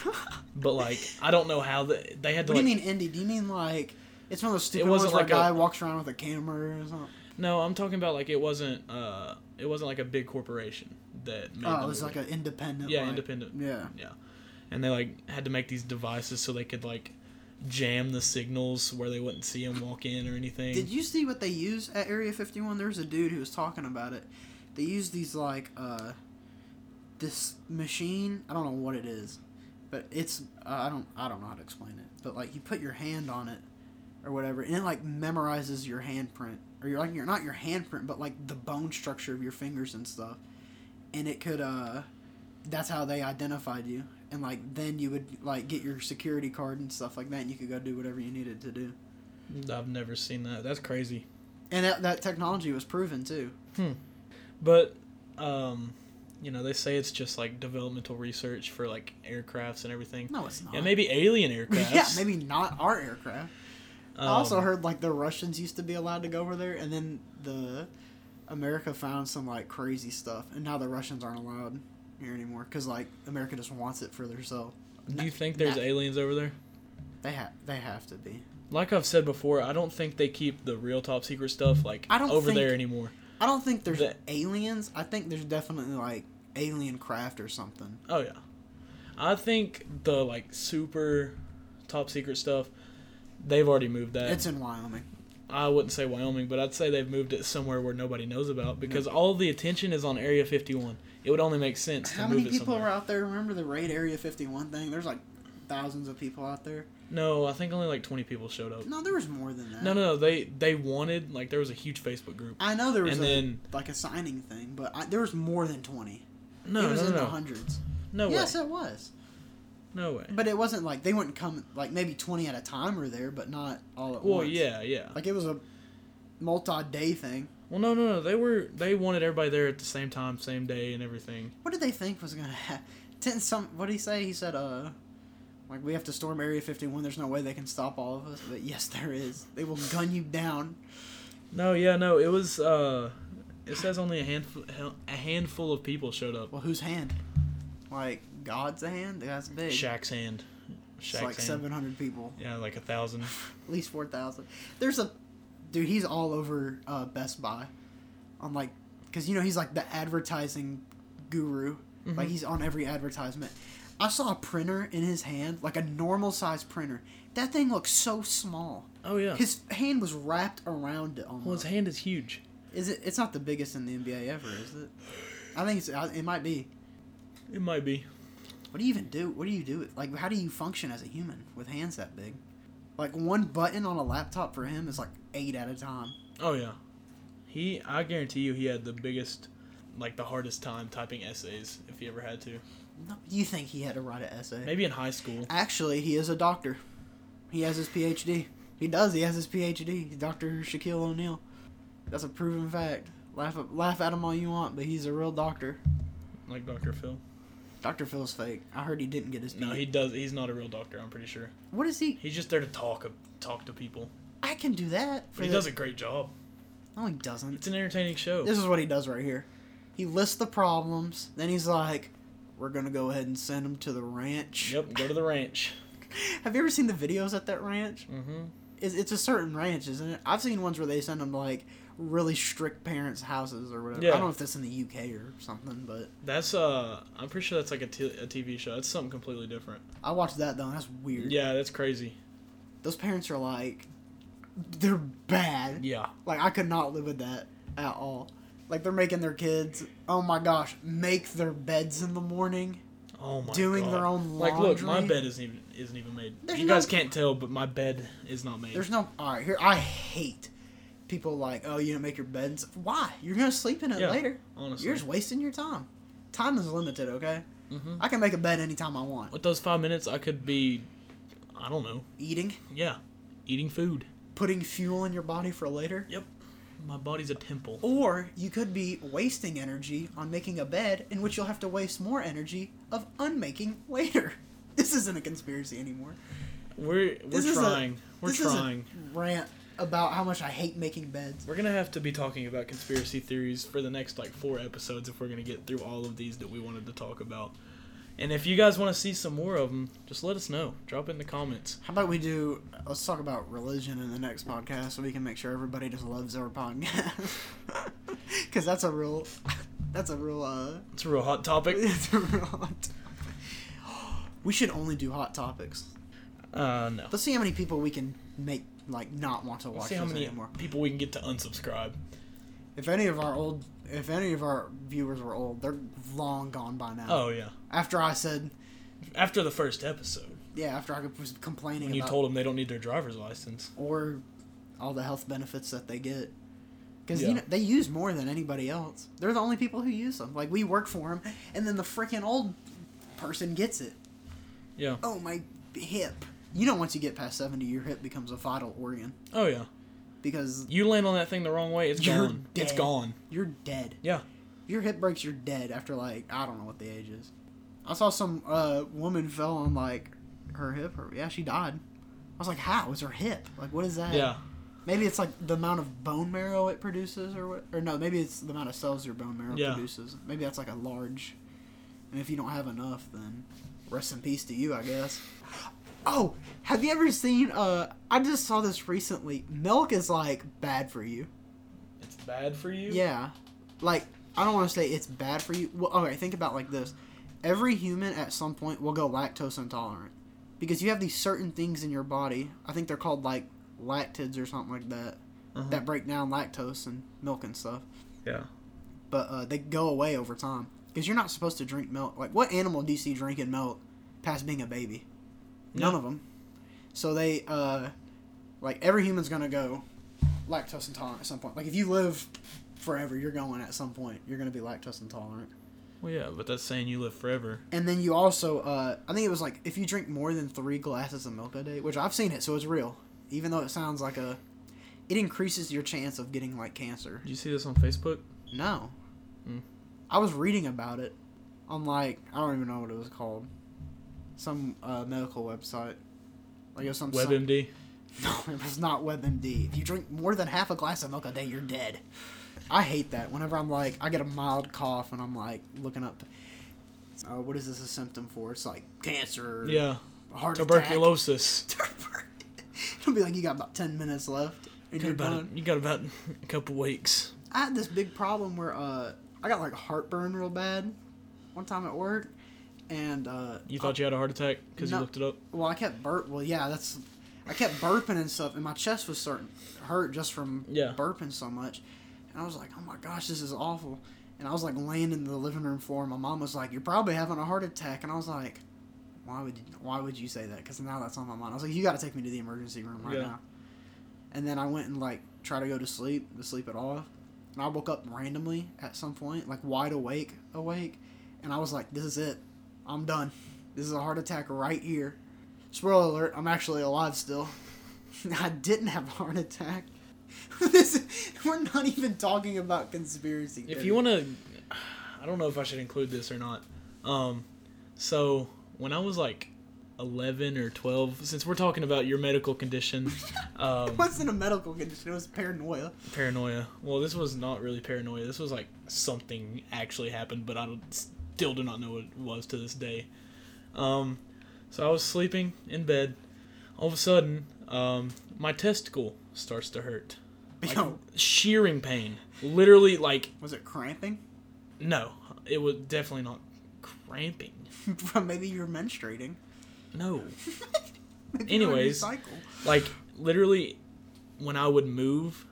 Speaker 1: but like i don't know how the, they had to
Speaker 2: what do you
Speaker 1: like-
Speaker 2: mean indie? Do you mean like it's one of those stupid
Speaker 1: wasn't
Speaker 2: ones where
Speaker 1: like
Speaker 2: a guy
Speaker 1: a-
Speaker 2: walks around with a camera or something?
Speaker 1: no i'm talking about like it wasn't uh it wasn't like a big corporation that made
Speaker 2: Oh,
Speaker 1: the
Speaker 2: it was
Speaker 1: movie.
Speaker 2: like an independent.
Speaker 1: yeah
Speaker 2: like-
Speaker 1: independent
Speaker 2: Yeah.
Speaker 1: and they like had to make these devices so they could like jam the signals where they wouldn't see him walk in or anything
Speaker 2: Did you see what they use at Area 51? There was a dude who was talking about it. They use these like uh this machine, I don't know what it is, but it's uh, I don't I don't know how to explain it. But like you put your hand on it or whatever and it like memorizes your handprint or you're like you're not your handprint but like the bone structure of your fingers and stuff. And it could uh that's how they identified you. And like then you would like get your security card and stuff like that and you could go do whatever you needed to do.
Speaker 1: i've never seen that that's crazy
Speaker 2: And that, that technology was proven too.
Speaker 1: But, um, you know, they say it's just like developmental research for like aircrafts and everything.
Speaker 2: No, it's not.
Speaker 1: Yeah, maybe alien aircrafts.
Speaker 2: yeah, maybe not our aircraft.
Speaker 1: Um,
Speaker 2: I also heard like the Russians used to be allowed to go over there, and then the America found some like crazy stuff, and now the Russians aren't allowed here anymore because like America just wants it for themselves.
Speaker 1: Do you think there's
Speaker 2: Nah.
Speaker 1: aliens over there?
Speaker 2: They have they have to be.
Speaker 1: Like I've said before, I don't think they keep the real top secret stuff like
Speaker 2: I don't
Speaker 1: over
Speaker 2: think-
Speaker 1: there anymore.
Speaker 2: I don't think there's
Speaker 1: The-
Speaker 2: aliens. I think there's definitely like alien craft or something.
Speaker 1: Oh yeah, I think the like super top secret stuff. They've already moved that.
Speaker 2: It's in Wyoming.
Speaker 1: I wouldn't say Wyoming, but I'd say they've moved it somewhere where nobody knows about because all the attention is on Area 51. It would only make sense to
Speaker 2: How
Speaker 1: move
Speaker 2: many
Speaker 1: it
Speaker 2: people
Speaker 1: somewhere.
Speaker 2: were out there? Remember the raid Area 51 thing? There's like thousands of people out there.
Speaker 1: No, I think only like 20 people showed up.
Speaker 2: No, there was more than that.
Speaker 1: No, no, no. They they wanted like there was a huge Facebook group.
Speaker 2: I know there was
Speaker 1: And
Speaker 2: a,
Speaker 1: then-
Speaker 2: like a signing thing, but I, there was more than twenty.
Speaker 1: No,
Speaker 2: it was
Speaker 1: no,
Speaker 2: in
Speaker 1: no,
Speaker 2: the
Speaker 1: no,
Speaker 2: hundreds.
Speaker 1: no way,
Speaker 2: yes, it was.
Speaker 1: no way.
Speaker 2: But it wasn't like they wouldn't come like maybe twenty at a time were there, but not all at
Speaker 1: Well,
Speaker 2: once.
Speaker 1: yeah, yeah.
Speaker 2: Like it was a multi-day thing.
Speaker 1: Well, no, no, no. They were they wanted everybody there at the same time, same day, and everything.
Speaker 2: What did they think was gonna happen? Didn't some? What did he say? He said, "Uh, like we have to storm Area 51. There's no way they can stop all of us." But yes, there is. They will gun you down.
Speaker 1: No, yeah, no. It was. uh It says only a handful a handful of people showed up.
Speaker 2: Well, whose hand? Like God's hand? That's big.
Speaker 1: Shaq's hand. Shaq's
Speaker 2: it's like
Speaker 1: hand.
Speaker 2: 700 people,
Speaker 1: Yeah, like a thousand.
Speaker 2: at least 4,000. There's a dude. He's all over uh, Best Buy. On like, because you know he's like the advertising guru. Like he's on every advertisement. I saw a printer in his hand, like a normal size printer. That thing looks so small.
Speaker 1: Oh yeah.
Speaker 2: His hand was wrapped around it
Speaker 1: well, his
Speaker 2: almost.
Speaker 1: hand is huge.
Speaker 2: Is it? It's not the biggest in the NBA ever, is it? I think it's, I- it might be.
Speaker 1: It might be.
Speaker 2: What do you even do? What do you do? with- Like, how do you function as a human with hands that big? Like one button on a laptop for him is like eight at a time.
Speaker 1: Oh yeah. He, I guarantee you, he had the biggest, like the hardest time typing essays if he ever had to.
Speaker 2: No, you think he had to write an essay?
Speaker 1: Maybe in high school.
Speaker 2: Actually, he is a doctor. He has his PhD. He does. He has his PhD. Doctor Shaquille O'Neal. That's a proven fact. Laugh laugh at him all you want, but he's a real doctor.
Speaker 1: Like Dr. Phil.
Speaker 2: Doctor Phil's fake. I heard he didn't get his.
Speaker 1: No,
Speaker 2: PhD.
Speaker 1: he does. He's not a real doctor. I'm pretty sure.
Speaker 2: What is he?
Speaker 1: He's just there to talk, talk to people.
Speaker 2: I can do that.
Speaker 1: But he
Speaker 2: the-
Speaker 1: does a great job.
Speaker 2: No, he doesn't.
Speaker 1: It's an entertaining show.
Speaker 2: This is what he does right here. He lists the problems, then he's like, "We're gonna go ahead and send him to the ranch."
Speaker 1: Yep, go to the ranch.
Speaker 2: Have you ever seen the videos at that ranch?
Speaker 1: Mm-hmm.
Speaker 2: It's, it's a certain ranch, isn't it? I've seen ones where they send them to, like really strict parents' houses or whatever. I
Speaker 1: Yeah.
Speaker 2: don't know if that's in the UK or something, but
Speaker 1: That's uh, I'm pretty sure that's like a, t- a TV show. That's something completely different.
Speaker 2: I watched that though. And that's weird.
Speaker 1: Yeah, that's crazy.
Speaker 2: Those parents are like, they're bad.
Speaker 1: Yeah.
Speaker 2: Like I could not live with that at all. Like they're making their kids, oh my gosh, make their beds in the morning.
Speaker 1: Oh my
Speaker 2: Doing
Speaker 1: God.
Speaker 2: their own
Speaker 1: Like, look, my
Speaker 2: laundry?
Speaker 1: bed isn't even isn't even made.
Speaker 2: There's
Speaker 1: you
Speaker 2: no-
Speaker 1: guys can't tell, but my bed is not made.
Speaker 2: There's no all right here. I hate people like, oh, you didn't make your beds. Why? You're gonna sleep in it
Speaker 1: Yeah,
Speaker 2: later.
Speaker 1: honestly.
Speaker 2: You're just wasting your time. Time is limited. Okay.
Speaker 1: Mhm.
Speaker 2: I can make a bed anytime I want.
Speaker 1: With those five minutes, I could be, I don't know.
Speaker 2: Eating,
Speaker 1: Yeah, eating food.
Speaker 2: putting fuel in your body for later,
Speaker 1: Yep. My body's a temple.
Speaker 2: or you could be wasting energy on making a bed, in which you'll have to waste more energy of unmaking later. This isn't a conspiracy anymore.
Speaker 1: We're we're
Speaker 2: This is a-
Speaker 1: trying. we're
Speaker 2: this is a
Speaker 1: trying.
Speaker 2: rant about how much I hate making beds.
Speaker 1: We're gonna have to be talking about conspiracy theories for the next like four episodes if we're gonna get through all of these that we wanted to talk about. And if you guys want to see some more of them, just let us know. Drop it in the comments.
Speaker 2: How about we do? Let's talk about religion in the next podcast, so we can make sure everybody just loves our podcast. Because that's a real, that's a real, uh,
Speaker 1: It's a real hot topic.
Speaker 2: it's a real. Hot topic. we should only do hot topics.
Speaker 1: Uh, no.
Speaker 2: Let's see how many people we can make like not want to
Speaker 1: Let's
Speaker 2: watch
Speaker 1: see
Speaker 2: this
Speaker 1: how many
Speaker 2: anymore.
Speaker 1: people we can get to unsubscribe.
Speaker 2: If any of our old, if any of our viewers were old, they're long gone by now.
Speaker 1: Oh yeah.
Speaker 2: After I said,
Speaker 1: After the first episode,
Speaker 2: yeah, after I was complaining
Speaker 1: when you
Speaker 2: about
Speaker 1: told them they don't need their driver's license.
Speaker 2: or all the health benefits that they get. Because
Speaker 1: Yeah.
Speaker 2: you know, they use more than anybody else. They're the only people who use them. Like we work for them, and then the freaking old person gets it.
Speaker 1: Yeah.
Speaker 2: Oh my hip! You know, once you get past seventy, your hip becomes a vital organ
Speaker 1: Oh yeah.
Speaker 2: because
Speaker 1: You land on that thing the wrong way, it's
Speaker 2: You're
Speaker 1: gone. It's
Speaker 2: dead.
Speaker 1: gone.
Speaker 2: you're dead.
Speaker 1: Yeah.
Speaker 2: If your hip breaks, you're dead after like I don't know what the age is. I saw some uh, woman fell on like her hip. Or, yeah, she died. I was like, how? It's her hip. Like, what is that?
Speaker 1: Yeah.
Speaker 2: Maybe it's like the amount of bone marrow it produces, or what? Or no, maybe it's the amount of cells your bone marrow
Speaker 1: Yeah.
Speaker 2: produces. Maybe that's like a large. And if you don't have enough, then rest in peace to you, I guess. Oh, have you ever seen? Uh, I just saw this recently. Milk is like bad for you.
Speaker 1: It's bad for you.
Speaker 2: Yeah, like I don't want to say it's bad for you. Well, okay, think about it like this: every human at some point will go lactose intolerant because you have these certain things in your body. I think they're called like lactids or something like that
Speaker 1: Uh-huh.
Speaker 2: that break down lactose and milk and stuff,
Speaker 1: Yeah.
Speaker 2: but uh, they go away over time because you're not supposed to drink milk. Like, what animal do you see drinking milk past being a baby? None
Speaker 1: No.
Speaker 2: of them. So they uh, like every human's gonna go lactose intolerant at some point. Like if you live forever, you're going at some point. You're gonna be lactose intolerant.
Speaker 1: Well, yeah, but that's saying you live forever.
Speaker 2: And then you also, uh, I think it was like if you drink more than three glasses of milk a day, which I've seen it, so it's real. Even though it sounds like a, it increases your chance of getting like cancer.
Speaker 1: Did you see this on Facebook?
Speaker 2: No,
Speaker 1: Hmm.
Speaker 2: I was reading about it on like I don't even know what it was called, some uh, medical website. Like it was some some-
Speaker 1: WebMD.
Speaker 2: no, it was not WebMD. If you drink more than half a glass of milk a day, you're dead. I hate that. Whenever I'm like, I get a mild cough and I'm like looking up, uh, what is this a symptom for? It's like cancer,
Speaker 1: Yeah.
Speaker 2: heart
Speaker 1: Tuberculosis.
Speaker 2: attack. Tuberculosis. It'll be like you got about ten minutes left and
Speaker 1: Got
Speaker 2: you're
Speaker 1: about
Speaker 2: done.
Speaker 1: a, you got about a couple weeks.
Speaker 2: I had this big problem where uh, I got like heartburn real bad one time at work, and uh,
Speaker 1: You thought you had a heart attack because
Speaker 2: No.
Speaker 1: you looked it up.
Speaker 2: well, I kept burp. Well, yeah, that's. I kept burping and stuff, and my chest was starting to hurt just from
Speaker 1: Yeah.
Speaker 2: burping so much. And I was like, "Oh my gosh, this is awful." And I was like laying in the living room floor. And my mom was like, "You're probably having a heart attack." And I was like, "Why would you, why would you say that?" Because now that's on my mind. I was like, "You got to take me to the emergency room right
Speaker 1: Yeah.
Speaker 2: now." And then I went and like tried to go to sleep to sleep it off. And I woke up randomly at some point, like wide awake, awake. And I was like, "This is it. I'm done. This is a heart attack right here." Spoiler alert, I'm actually alive still. I didn't have a heart attack. this, we're not even talking about conspiracy.
Speaker 1: If you want to, I don't know if I should include this or not. Um, so when I was like eleven or twelve, since we're talking about your medical condition,
Speaker 2: it
Speaker 1: um,
Speaker 2: wasn't a medical condition. It was paranoia.
Speaker 1: paranoia. Well, this was not really paranoia. This was like something actually happened, but I don't- still do not know what it was to this day. Um, so I was sleeping in bed. All of a sudden, um, my testicle starts to hurt. Like,
Speaker 2: Yo,
Speaker 1: shearing pain. Literally, like,
Speaker 2: was it cramping?
Speaker 1: no. It was definitely not cramping.
Speaker 2: Maybe you were menstruating.
Speaker 1: No.
Speaker 2: Maybe you were in your
Speaker 1: Anyways.
Speaker 2: cycle.
Speaker 1: like literally when i would move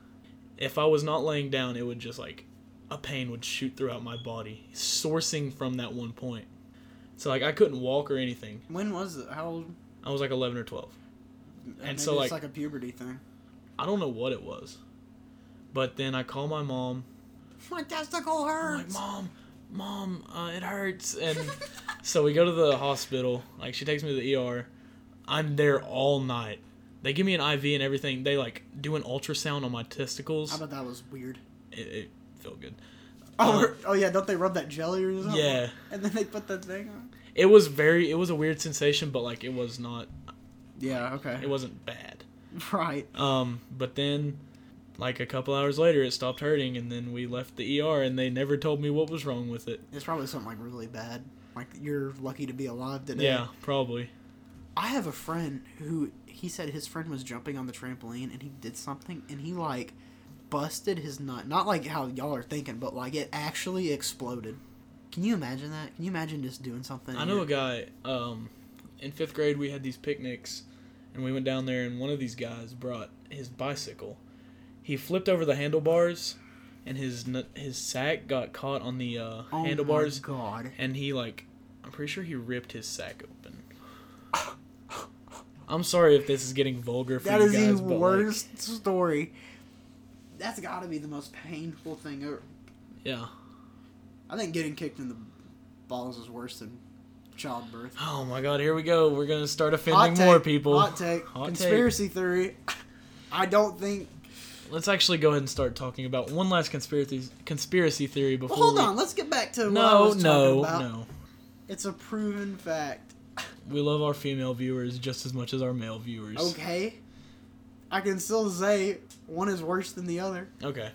Speaker 1: if i was not laying down it would just like a pain would shoot throughout my body sourcing from that one point so like i couldn't walk or anything
Speaker 2: When was it? How old?
Speaker 1: i was like 11 or 12
Speaker 2: Maybe
Speaker 1: so, like-
Speaker 2: it's like a puberty thing.
Speaker 1: i don't know what it was but then i call my mom
Speaker 2: My
Speaker 1: I'm
Speaker 2: testicle
Speaker 1: like
Speaker 2: hurts.
Speaker 1: mom mom uh, it hurts and so we go to the hospital like she takes me to the er i'm there all night they give me an iv and everything they like do an ultrasound on my testicles
Speaker 2: I bet that was weird.
Speaker 1: it, it felt good.
Speaker 2: Oh, we're- oh yeah, don't they rub that jelly or something?
Speaker 1: Yeah,
Speaker 2: And then they put that thing on.
Speaker 1: it was very. It was a weird sensation, but like it was not.
Speaker 2: Yeah. Okay.
Speaker 1: It wasn't bad.
Speaker 2: Right.
Speaker 1: Um, but then, like a couple hours later, it stopped hurting, and then we left the ER, and they never told me what was wrong with it.
Speaker 2: It's probably something like really bad. Like you're lucky to be alive today.
Speaker 1: Yeah, probably.
Speaker 2: I have a friend who he said his friend was jumping on the trampoline and he did something and he like busted his nut. Not like how y'all are thinking, but like it actually exploded. Can you imagine that? Can you imagine just doing something?
Speaker 1: I know a guy. Um, in fifth grade, we had these picnics, and we went down there, and one of these guys brought his bicycle. He flipped over the handlebars, and his nu- his sack got caught on the uh,
Speaker 2: Oh my
Speaker 1: handlebars.
Speaker 2: God.
Speaker 1: and he like I'm pretty sure he ripped his sack open. I'm sorry if this is getting vulgar for
Speaker 2: That
Speaker 1: you
Speaker 2: is
Speaker 1: guys,
Speaker 2: the
Speaker 1: but like,
Speaker 2: worst story. That's got to be the most painful thing ever.
Speaker 1: yeah.
Speaker 2: I think getting kicked in the balls is worse than childbirth.
Speaker 1: Oh my god, here we go. We're gonna start
Speaker 2: Hot
Speaker 1: offending
Speaker 2: take,
Speaker 1: more people.
Speaker 2: Hot take.
Speaker 1: Hot take.
Speaker 2: Conspiracy theory. I don't think
Speaker 1: Let's actually go ahead and start talking about one last conspiracy conspiracy theory before.
Speaker 2: Well, hold
Speaker 1: we,
Speaker 2: on. Let's get back to what I
Speaker 1: No,
Speaker 2: was talking
Speaker 1: no,
Speaker 2: about.
Speaker 1: no.
Speaker 2: It's a proven fact.
Speaker 1: We love our female viewers just as much as our male viewers.
Speaker 2: Okay. I can still say one is worse than the other.
Speaker 1: Okay.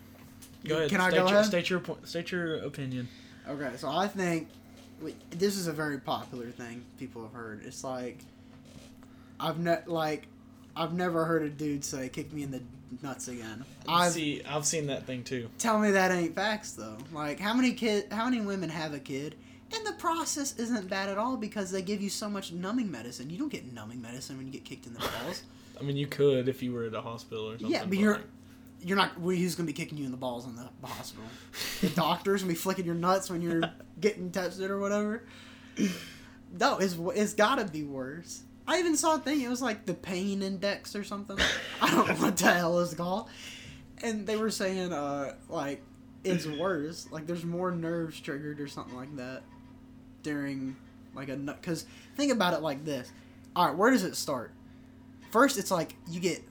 Speaker 1: Go ahead.
Speaker 2: Can I
Speaker 1: state
Speaker 2: go
Speaker 1: your,
Speaker 2: ahead?
Speaker 1: State your point. State your opinion.
Speaker 2: Okay, so I think wait, this is a very popular thing people have heard. It's like I've ne- like I've never heard a dude say "kick me in the nuts again."
Speaker 1: I
Speaker 2: I've
Speaker 1: see. I've seen that thing too.
Speaker 2: tell me that ain't facts though. Like how many kid how many women have a kid and the process isn't bad at all because they give you so much numbing medicine. You don't get numbing medicine when you get kicked in the balls.
Speaker 1: I mean, you could if you were at a hospital or something.
Speaker 2: Yeah, but you're you're not. well, Who's gonna be kicking you in the balls in the hospital? The doctor's gonna be flicking your nuts when you're getting tested or whatever. No, it's it's gotta be worse. I even saw a thing. It was like the pain index or something. I don't know what the hell it's called. And they were saying, uh, like, it's worse. Like, there's more nerves triggered or something like that during, like, a nut. Because think about it like this. All right, where does it start? First, it's like you get,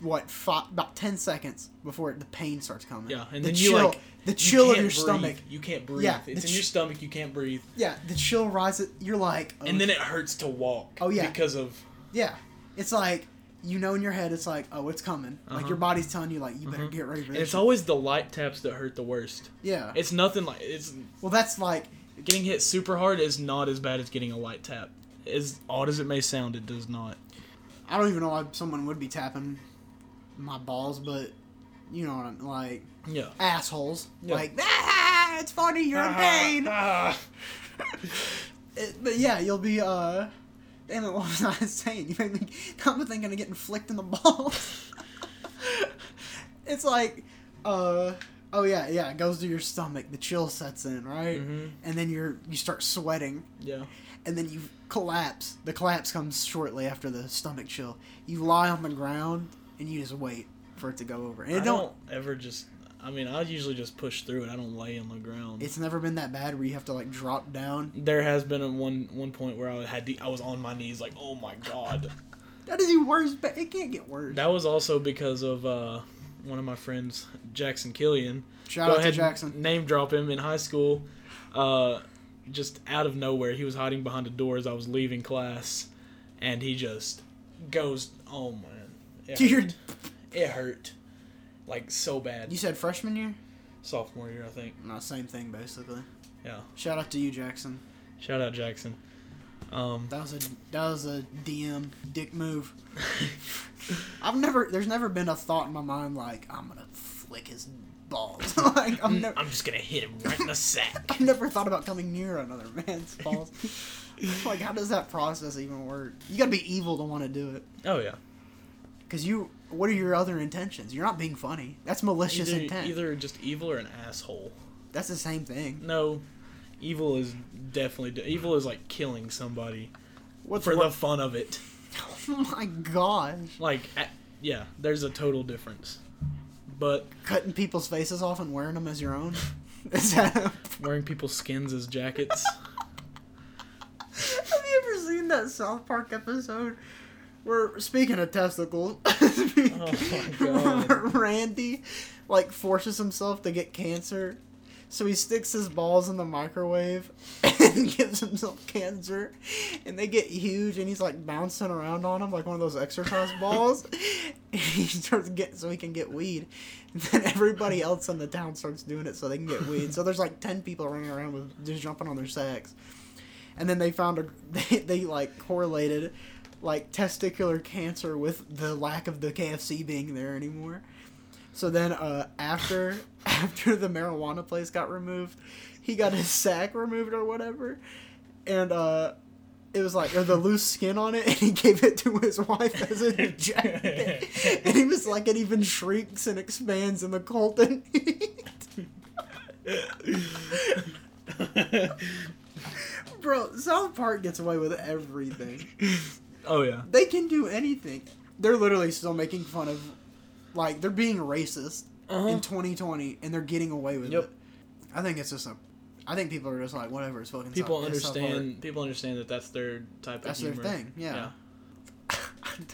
Speaker 2: what, five, about 10 seconds before the pain starts coming.
Speaker 1: Yeah, and
Speaker 2: the
Speaker 1: then you,
Speaker 2: chill,
Speaker 1: like,
Speaker 2: The
Speaker 1: You
Speaker 2: chill of
Speaker 1: can't
Speaker 2: your
Speaker 1: breathe.
Speaker 2: stomach.
Speaker 1: You can't breathe.
Speaker 2: Yeah,
Speaker 1: it's
Speaker 2: the
Speaker 1: in your
Speaker 2: ch-
Speaker 1: stomach. You can't breathe,
Speaker 2: Yeah, the chill rises. You're like, oh,
Speaker 1: and then it hurts to walk.
Speaker 2: Oh, yeah.
Speaker 1: because of
Speaker 2: Yeah. It's like you know in your head it's like, oh, it's coming.
Speaker 1: Uh-huh.
Speaker 2: Like your body's telling you like you better
Speaker 1: Uh-huh.
Speaker 2: get ready for
Speaker 1: and
Speaker 2: this.
Speaker 1: it's
Speaker 2: shit.
Speaker 1: always the light taps that hurt the worst.
Speaker 2: yeah.
Speaker 1: It's nothing like it's
Speaker 2: well, that's like
Speaker 1: getting hit super hard is not as bad as getting a light tap. As odd as it may sound, it does not.
Speaker 2: I don't even know why someone would be tapping my balls, but you know what I'm like
Speaker 1: Yeah.
Speaker 2: assholes.
Speaker 1: Yeah.
Speaker 2: Like ah, it's funny you're in pain.
Speaker 1: ah.
Speaker 2: It- but yeah, you'll be uh. Damn it! What was I saying? You made me. now I'm thinking of getting flicked in the balls. it's like, uh, oh yeah, yeah. It goes to your stomach. The chill sets in, right?
Speaker 1: Mhm.
Speaker 2: And then you're you start sweating,
Speaker 1: Yeah.
Speaker 2: and then you collapse. The collapse comes shortly after the stomach chill. You lie on the ground and you just wait for it to go over. And it
Speaker 1: I
Speaker 2: don't,
Speaker 1: don't ever just. I mean, I usually just push through it. I don't lay on the ground.
Speaker 2: It's never been that bad where you have to like drop down.
Speaker 1: there has been a one one point where I had the, I was on my knees like, oh my god.
Speaker 2: That is the worst. But it can't get worse.
Speaker 1: That was also because of uh, one of my friends, Jackson Killian.
Speaker 2: Shout
Speaker 1: Go
Speaker 2: out to
Speaker 1: ahead,
Speaker 2: Jackson.
Speaker 1: Name drop him in high school. Uh, just out of nowhere, he was hiding behind a door as I was leaving class, and he just goes, "Oh man, it
Speaker 2: You're-
Speaker 1: hurt. It hurt like so bad."
Speaker 2: You said freshman year?
Speaker 1: Sophomore year, I think.
Speaker 2: No, same thing basically.
Speaker 1: Yeah.
Speaker 2: Shout out to you, Jackson.
Speaker 1: Shout out Jackson. Um,
Speaker 2: That was a that was a DM dick move. I've never there's never been a thought in my mind like I'm gonna flick his balls. like I'm never
Speaker 1: I'm just gonna hit him right in the sack.
Speaker 2: I've never thought about coming near another man's balls. like how does that process even work? You gotta be evil to want to do it.
Speaker 1: Oh yeah.
Speaker 2: Cause you what are your other intentions? You're not being funny. That's malicious
Speaker 1: Either,
Speaker 2: intent.
Speaker 1: either just evil or an asshole.
Speaker 2: That's the same thing.
Speaker 1: No, evil is definitely evil is like killing somebody
Speaker 2: What's
Speaker 1: for
Speaker 2: wor-
Speaker 1: the fun of it.
Speaker 2: Oh my gosh.
Speaker 1: Like, a yeah, there's a total difference. But
Speaker 2: cutting people's faces off and wearing them as your own? Is that? Have
Speaker 1: wearing people's skins as jackets,
Speaker 2: you ever seen that South Park episode where, speaking of testicles, where
Speaker 1: God.
Speaker 2: Randy like forces himself to get cancer, so he sticks his balls in the microwave and gives himself cancer, and they get huge, and he's like bouncing around on them like one of those exercise balls. And he starts getting so he can get weed, and then everybody else in the town starts doing it so they can get weed. So there's like ten people running around with just jumping on their sacks and then they found a they, they like correlated like testicular cancer with the lack of the KFC being there anymore. So then uh, after after the marijuana place got removed, he got his sack removed or whatever, and uh, it was like or the loose skin on it, and he gave it to his wife as a jacket, and he was like it even shrinks and expands in the cold and heat. Bro, South Park gets away with everything.
Speaker 1: oh yeah,
Speaker 2: They can do anything. They're literally still making fun of, like, they're being racist
Speaker 1: Uh-huh.
Speaker 2: in 2020, and they're getting away with
Speaker 1: Yep.
Speaker 2: it. I think it's just a. I think people are just like, whatever, it's fucking
Speaker 1: people
Speaker 2: South- it's South Park.
Speaker 1: understand. People understand that that's their type
Speaker 2: That's
Speaker 1: of
Speaker 2: their
Speaker 1: humor.
Speaker 2: thing, yeah. I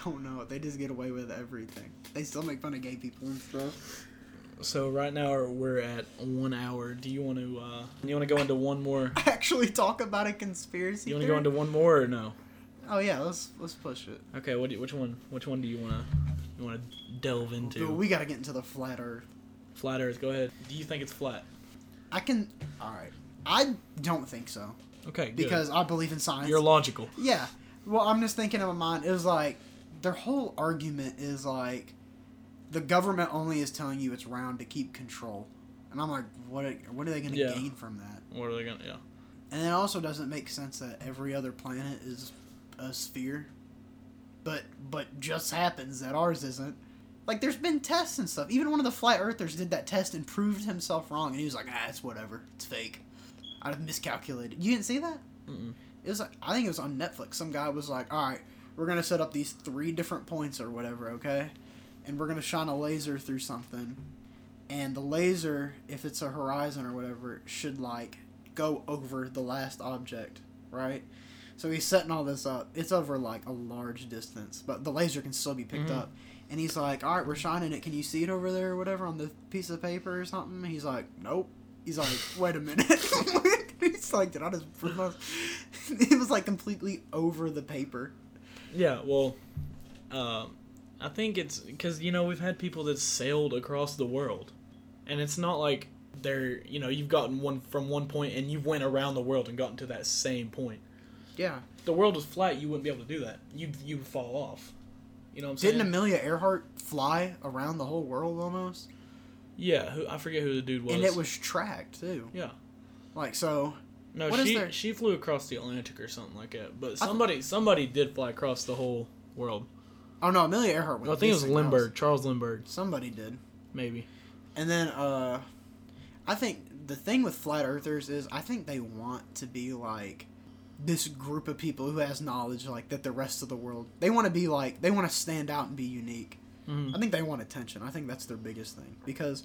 Speaker 2: don't know. They just get away with everything. They still make fun of gay people and stuff.
Speaker 1: So right now we're at one hour. Do you want to? uh You want to go into one more?
Speaker 2: Actually, talk about a conspiracy.
Speaker 1: You want to
Speaker 2: theory?
Speaker 1: go into one more or no?
Speaker 2: Oh yeah, let's let's push it.
Speaker 1: Okay. What? Do you, which one? Which one do you want to? You want to delve into?
Speaker 2: Dude, we gotta get into the flat Earth.
Speaker 1: Flat Earth. Go ahead. Do you think it's flat?
Speaker 2: I can. All right. I don't think so
Speaker 1: Okay. good.
Speaker 2: because I believe in science.
Speaker 1: you're logical.
Speaker 2: Yeah. Well, I'm just thinking in my mind, it was like their whole argument is like the government only is telling you it's round to keep control. And I'm like, what are, what are they going to
Speaker 1: Yeah.
Speaker 2: gain from that?
Speaker 1: What are they gonna? Yeah.
Speaker 2: And it also doesn't make sense that every other planet is a sphere. But but just happens that ours isn't. Like there's been tests and stuff. Even one of the flat earthers did that test and proved himself wrong and he was like, "Ah, it's whatever. It's fake. I've miscalculated." You didn't see that?
Speaker 1: Mm-mm.
Speaker 2: it was like I think it was on Netflix. Some guy was like, "All right, we're gonna set up these three different points or whatever, okay? And we're gonna shine a laser through something. And the laser, if it's a horizon or whatever, should like go over the last object, right? So he's setting all this up. It's over like a large distance, but the laser can still be picked
Speaker 1: Mhm.
Speaker 2: up. And he's like, "All right, we're shining it. Can you see it over there or whatever on the piece of paper or something?" He's like, "Nope." He's like, "Wait a minute." he's like, "Did I just?" prove my-" It was like completely over the paper.
Speaker 1: Yeah, well, um, I think it's because you know we've had people that sailed across the world, and it's not like they're you know you've gotten one from one point and you've went around the world and gotten to that same point.
Speaker 2: Yeah.
Speaker 1: If the world was flat, you wouldn't be able to do that. You'd you'd fall off. You know what I'm saying?
Speaker 2: Didn't Amelia Earhart fly around the whole world almost?
Speaker 1: yeah, who, I forget who the dude was.
Speaker 2: And it was tracked too.
Speaker 1: yeah.
Speaker 2: Like so,
Speaker 1: No,
Speaker 2: What is
Speaker 1: she
Speaker 2: there-
Speaker 1: she flew across the Atlantic or something like that. But
Speaker 2: I-
Speaker 1: somebody somebody did fly across the whole world.
Speaker 2: oh no, Amelia Earhart.
Speaker 1: I think it was
Speaker 2: something else.
Speaker 1: Lindbergh, Charles Lindbergh,
Speaker 2: Somebody did.
Speaker 1: maybe.
Speaker 2: And then uh I think the thing with flat earthers is I think they want to be like this group of people who has knowledge like that the rest of the world they want to be like they want to stand out and be unique.
Speaker 1: Mhm.
Speaker 2: I think they want attention. I think that's their biggest thing because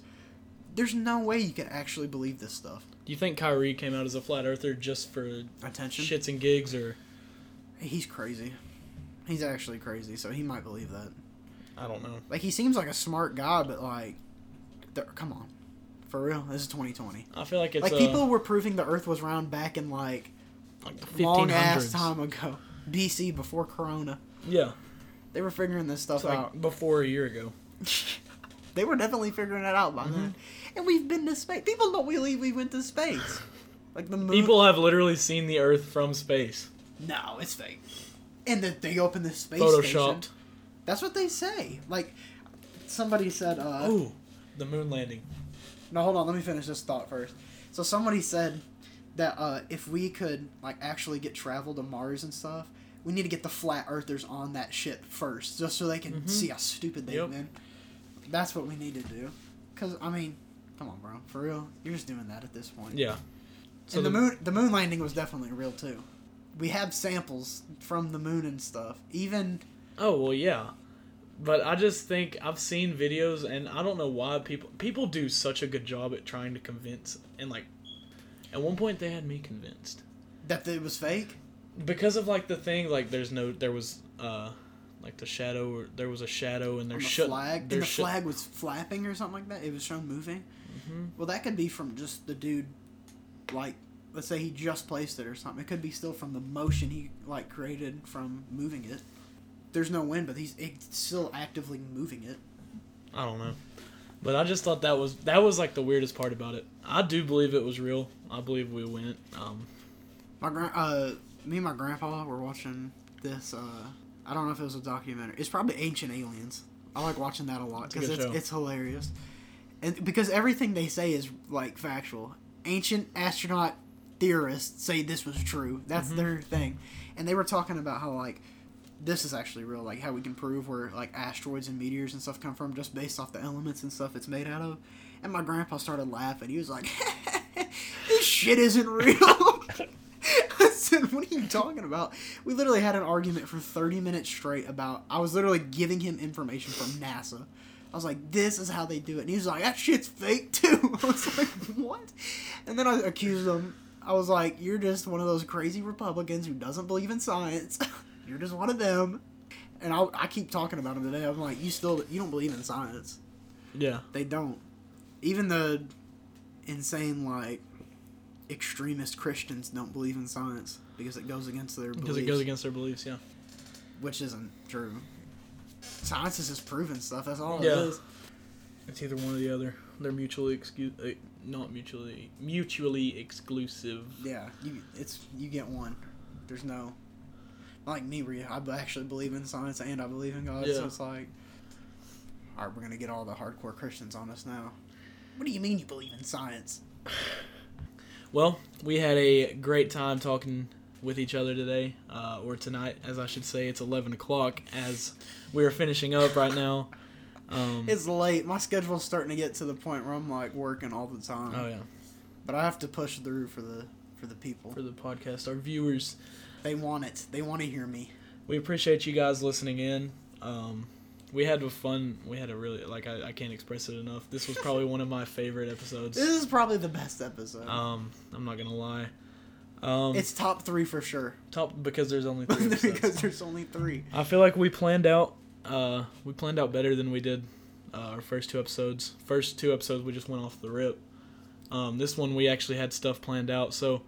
Speaker 2: there's no way you can actually believe this stuff.
Speaker 1: Do you think Kyrie came out as a flat earther just for
Speaker 2: Attention.
Speaker 1: shits and gigs, or
Speaker 2: He's crazy. He's actually crazy, so he might believe that.
Speaker 1: I don't know?
Speaker 2: Like he seems like a smart guy, but like there- come on. For real, this is 2020.
Speaker 1: I feel like it's
Speaker 2: Like
Speaker 1: uh,
Speaker 2: people were proving the earth was round back in like
Speaker 1: like the 1500s.
Speaker 2: long ass time ago. BC before Corona.
Speaker 1: Yeah,
Speaker 2: They were figuring this stuff
Speaker 1: it's like
Speaker 2: out.
Speaker 1: before a year ago.
Speaker 2: They were definitely figuring it out by then.
Speaker 1: Mm-hmm.
Speaker 2: And we've been to space. People don't believe we went to space. Like the moon.
Speaker 1: People have literally seen the Earth from space,
Speaker 2: No, it's fake. And that they opened the space station.
Speaker 1: photoshopped.
Speaker 2: That's what they say. Like somebody said. Uh,
Speaker 1: Ooh, the moon landing.
Speaker 2: No, hold on. Let me finish this thought first. So somebody said that uh, if we could like actually get travel to Mars and stuff, we need to get the flat earthers on that shit first, just so they can
Speaker 1: Mhm.
Speaker 2: see how stupid they've
Speaker 1: Yep.
Speaker 2: been. That's what we need to do. Cause I mean, come on, bro. For real, you're just doing that at this point.
Speaker 1: Yeah. So
Speaker 2: and the, moon, the moon landing was definitely real too. We have samples from the moon and stuff. Even
Speaker 1: Oh well, yeah, but I just think I've seen videos, and I don't know why people people do such a good job at trying to convince, and like, at one point they had me convinced
Speaker 2: that it was fake.
Speaker 1: because of like the thing like there's no there was uh like the shadow or there was a shadow and
Speaker 2: on
Speaker 1: they're
Speaker 2: the
Speaker 1: shut
Speaker 2: flag, and
Speaker 1: they're
Speaker 2: the
Speaker 1: shut-
Speaker 2: flag was flapping or something like that. It was shown moving.
Speaker 1: Mhm.
Speaker 2: Well, that could be from just the dude, like, let's say he just placed it or something. It could be still from the motion he like created from moving it. There's no wind, but he's it's still actively moving it.
Speaker 1: I don't know. But I just thought that was that was like the weirdest part about it. I do believe it was real. I believe we went. Um,
Speaker 2: My grand, uh, me and my grandpa were watching this. Uh, I don't know if it was a documentary. It's probably Ancient Aliens. I like watching that a lot
Speaker 1: It's a
Speaker 2: because
Speaker 1: good
Speaker 2: it's,
Speaker 1: show.
Speaker 2: it's hilarious, and because everything they say is like factual. Ancient astronaut theorists say this was true. That's
Speaker 1: Mhm.
Speaker 2: their thing, and they were talking about how like this is actually real, like how we can prove where like asteroids and meteors and stuff come from just based off the elements and stuff it's made out of. And my grandpa started laughing. He was like, "This shit isn't real." I said, "What are you talking about?" We literally had an argument for 30 minutes straight about. I was literally giving him information from NASA. I was like, "This is how they do it," and he was like, "That shit's fake too." I was like, "What?" And then I accused him. I was like, "You're just one of those crazy Republicans who doesn't believe in science. You're just one of them." And I, I keep talking about him today. I'm like, "You still you don't believe in science."
Speaker 1: yeah.
Speaker 2: They don't. Even the insane like extremist Christians don't believe in science because it goes against their beliefs,
Speaker 1: Because it goes against their beliefs, yeah.
Speaker 2: which isn't true. Science is just proven stuff. That's all Oh, it
Speaker 1: Yeah.
Speaker 2: is.
Speaker 1: It's either one or the other. They're mutually excuse uh, not mutually mutually exclusive.
Speaker 2: Yeah, you it's you get one. There's no like me where you- I b- actually believe in science and I believe in God, so
Speaker 1: Yeah.
Speaker 2: it's like all right, we're gonna get all the hardcore Christians on us now. What do you mean you believe in science?
Speaker 1: Well, we had a great time talking with each other today, uh, or tonight, as I should say. It's eleven o'clock as we are finishing up right now. Um,
Speaker 2: It's late. My schedule's starting to get to the point where I'm like working all the time.
Speaker 1: oh yeah,
Speaker 2: But I have to push through for the for the people.
Speaker 1: for the podcast, our viewers.
Speaker 2: They want it. They want to hear me.
Speaker 1: we appreciate you guys listening in. Um, we had a fun. We had a really like I, I can't express it enough. This was probably one of my favorite episodes.
Speaker 2: This is probably the best episode.
Speaker 1: Um, I'm not gonna lie. Um,
Speaker 2: it's top three for sure.
Speaker 1: top because there's only three episodes.
Speaker 2: because there's only three.
Speaker 1: I feel like we planned out. Uh, we planned out better than we did uh, our first two episodes. First two episodes we just went off the rip. Um, this one we actually had stuff planned out, so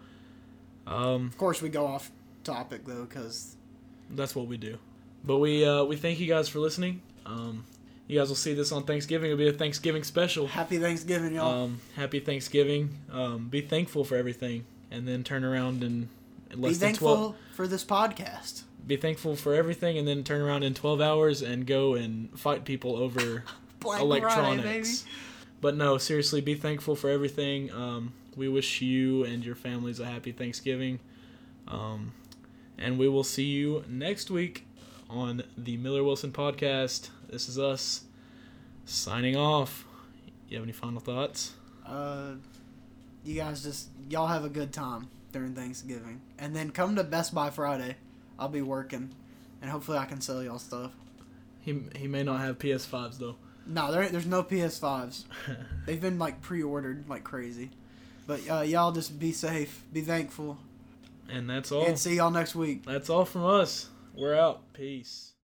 Speaker 1: um,
Speaker 2: Of course, we go off topic though, because
Speaker 1: that's what we do. But we uh, we thank you guys for listening. Um, you guys will see this on Thanksgiving. It'll be a Thanksgiving special.
Speaker 2: happy Thanksgiving, y'all.
Speaker 1: Um, happy Thanksgiving. Um, be thankful for everything, and then turn around and in
Speaker 2: Be
Speaker 1: less than
Speaker 2: thankful
Speaker 1: twelve.
Speaker 2: for this podcast.
Speaker 1: Be thankful for everything, and then turn around in twelve hours and go and fight people over
Speaker 2: Black Friday, baby.
Speaker 1: electronics. But no, seriously, be thankful for everything. Um, we wish you and your families a happy Thanksgiving. Um, and we will see you next week on the Miller Wilson podcast. This is us signing off. You have any final thoughts?
Speaker 2: Uh, you guys just y'all have a good time during Thanksgiving, and then come to Best Buy Friday. I'll be working, and hopefully I can sell y'all stuff.
Speaker 1: He, he may not have PS5s though.
Speaker 2: No, there ain't, there's no PS5s. They've been like pre-ordered like crazy, but uh, y'all just be safe, be thankful,
Speaker 1: and that's all.
Speaker 2: and see y'all next week.
Speaker 1: That's all from us. We're out. Peace.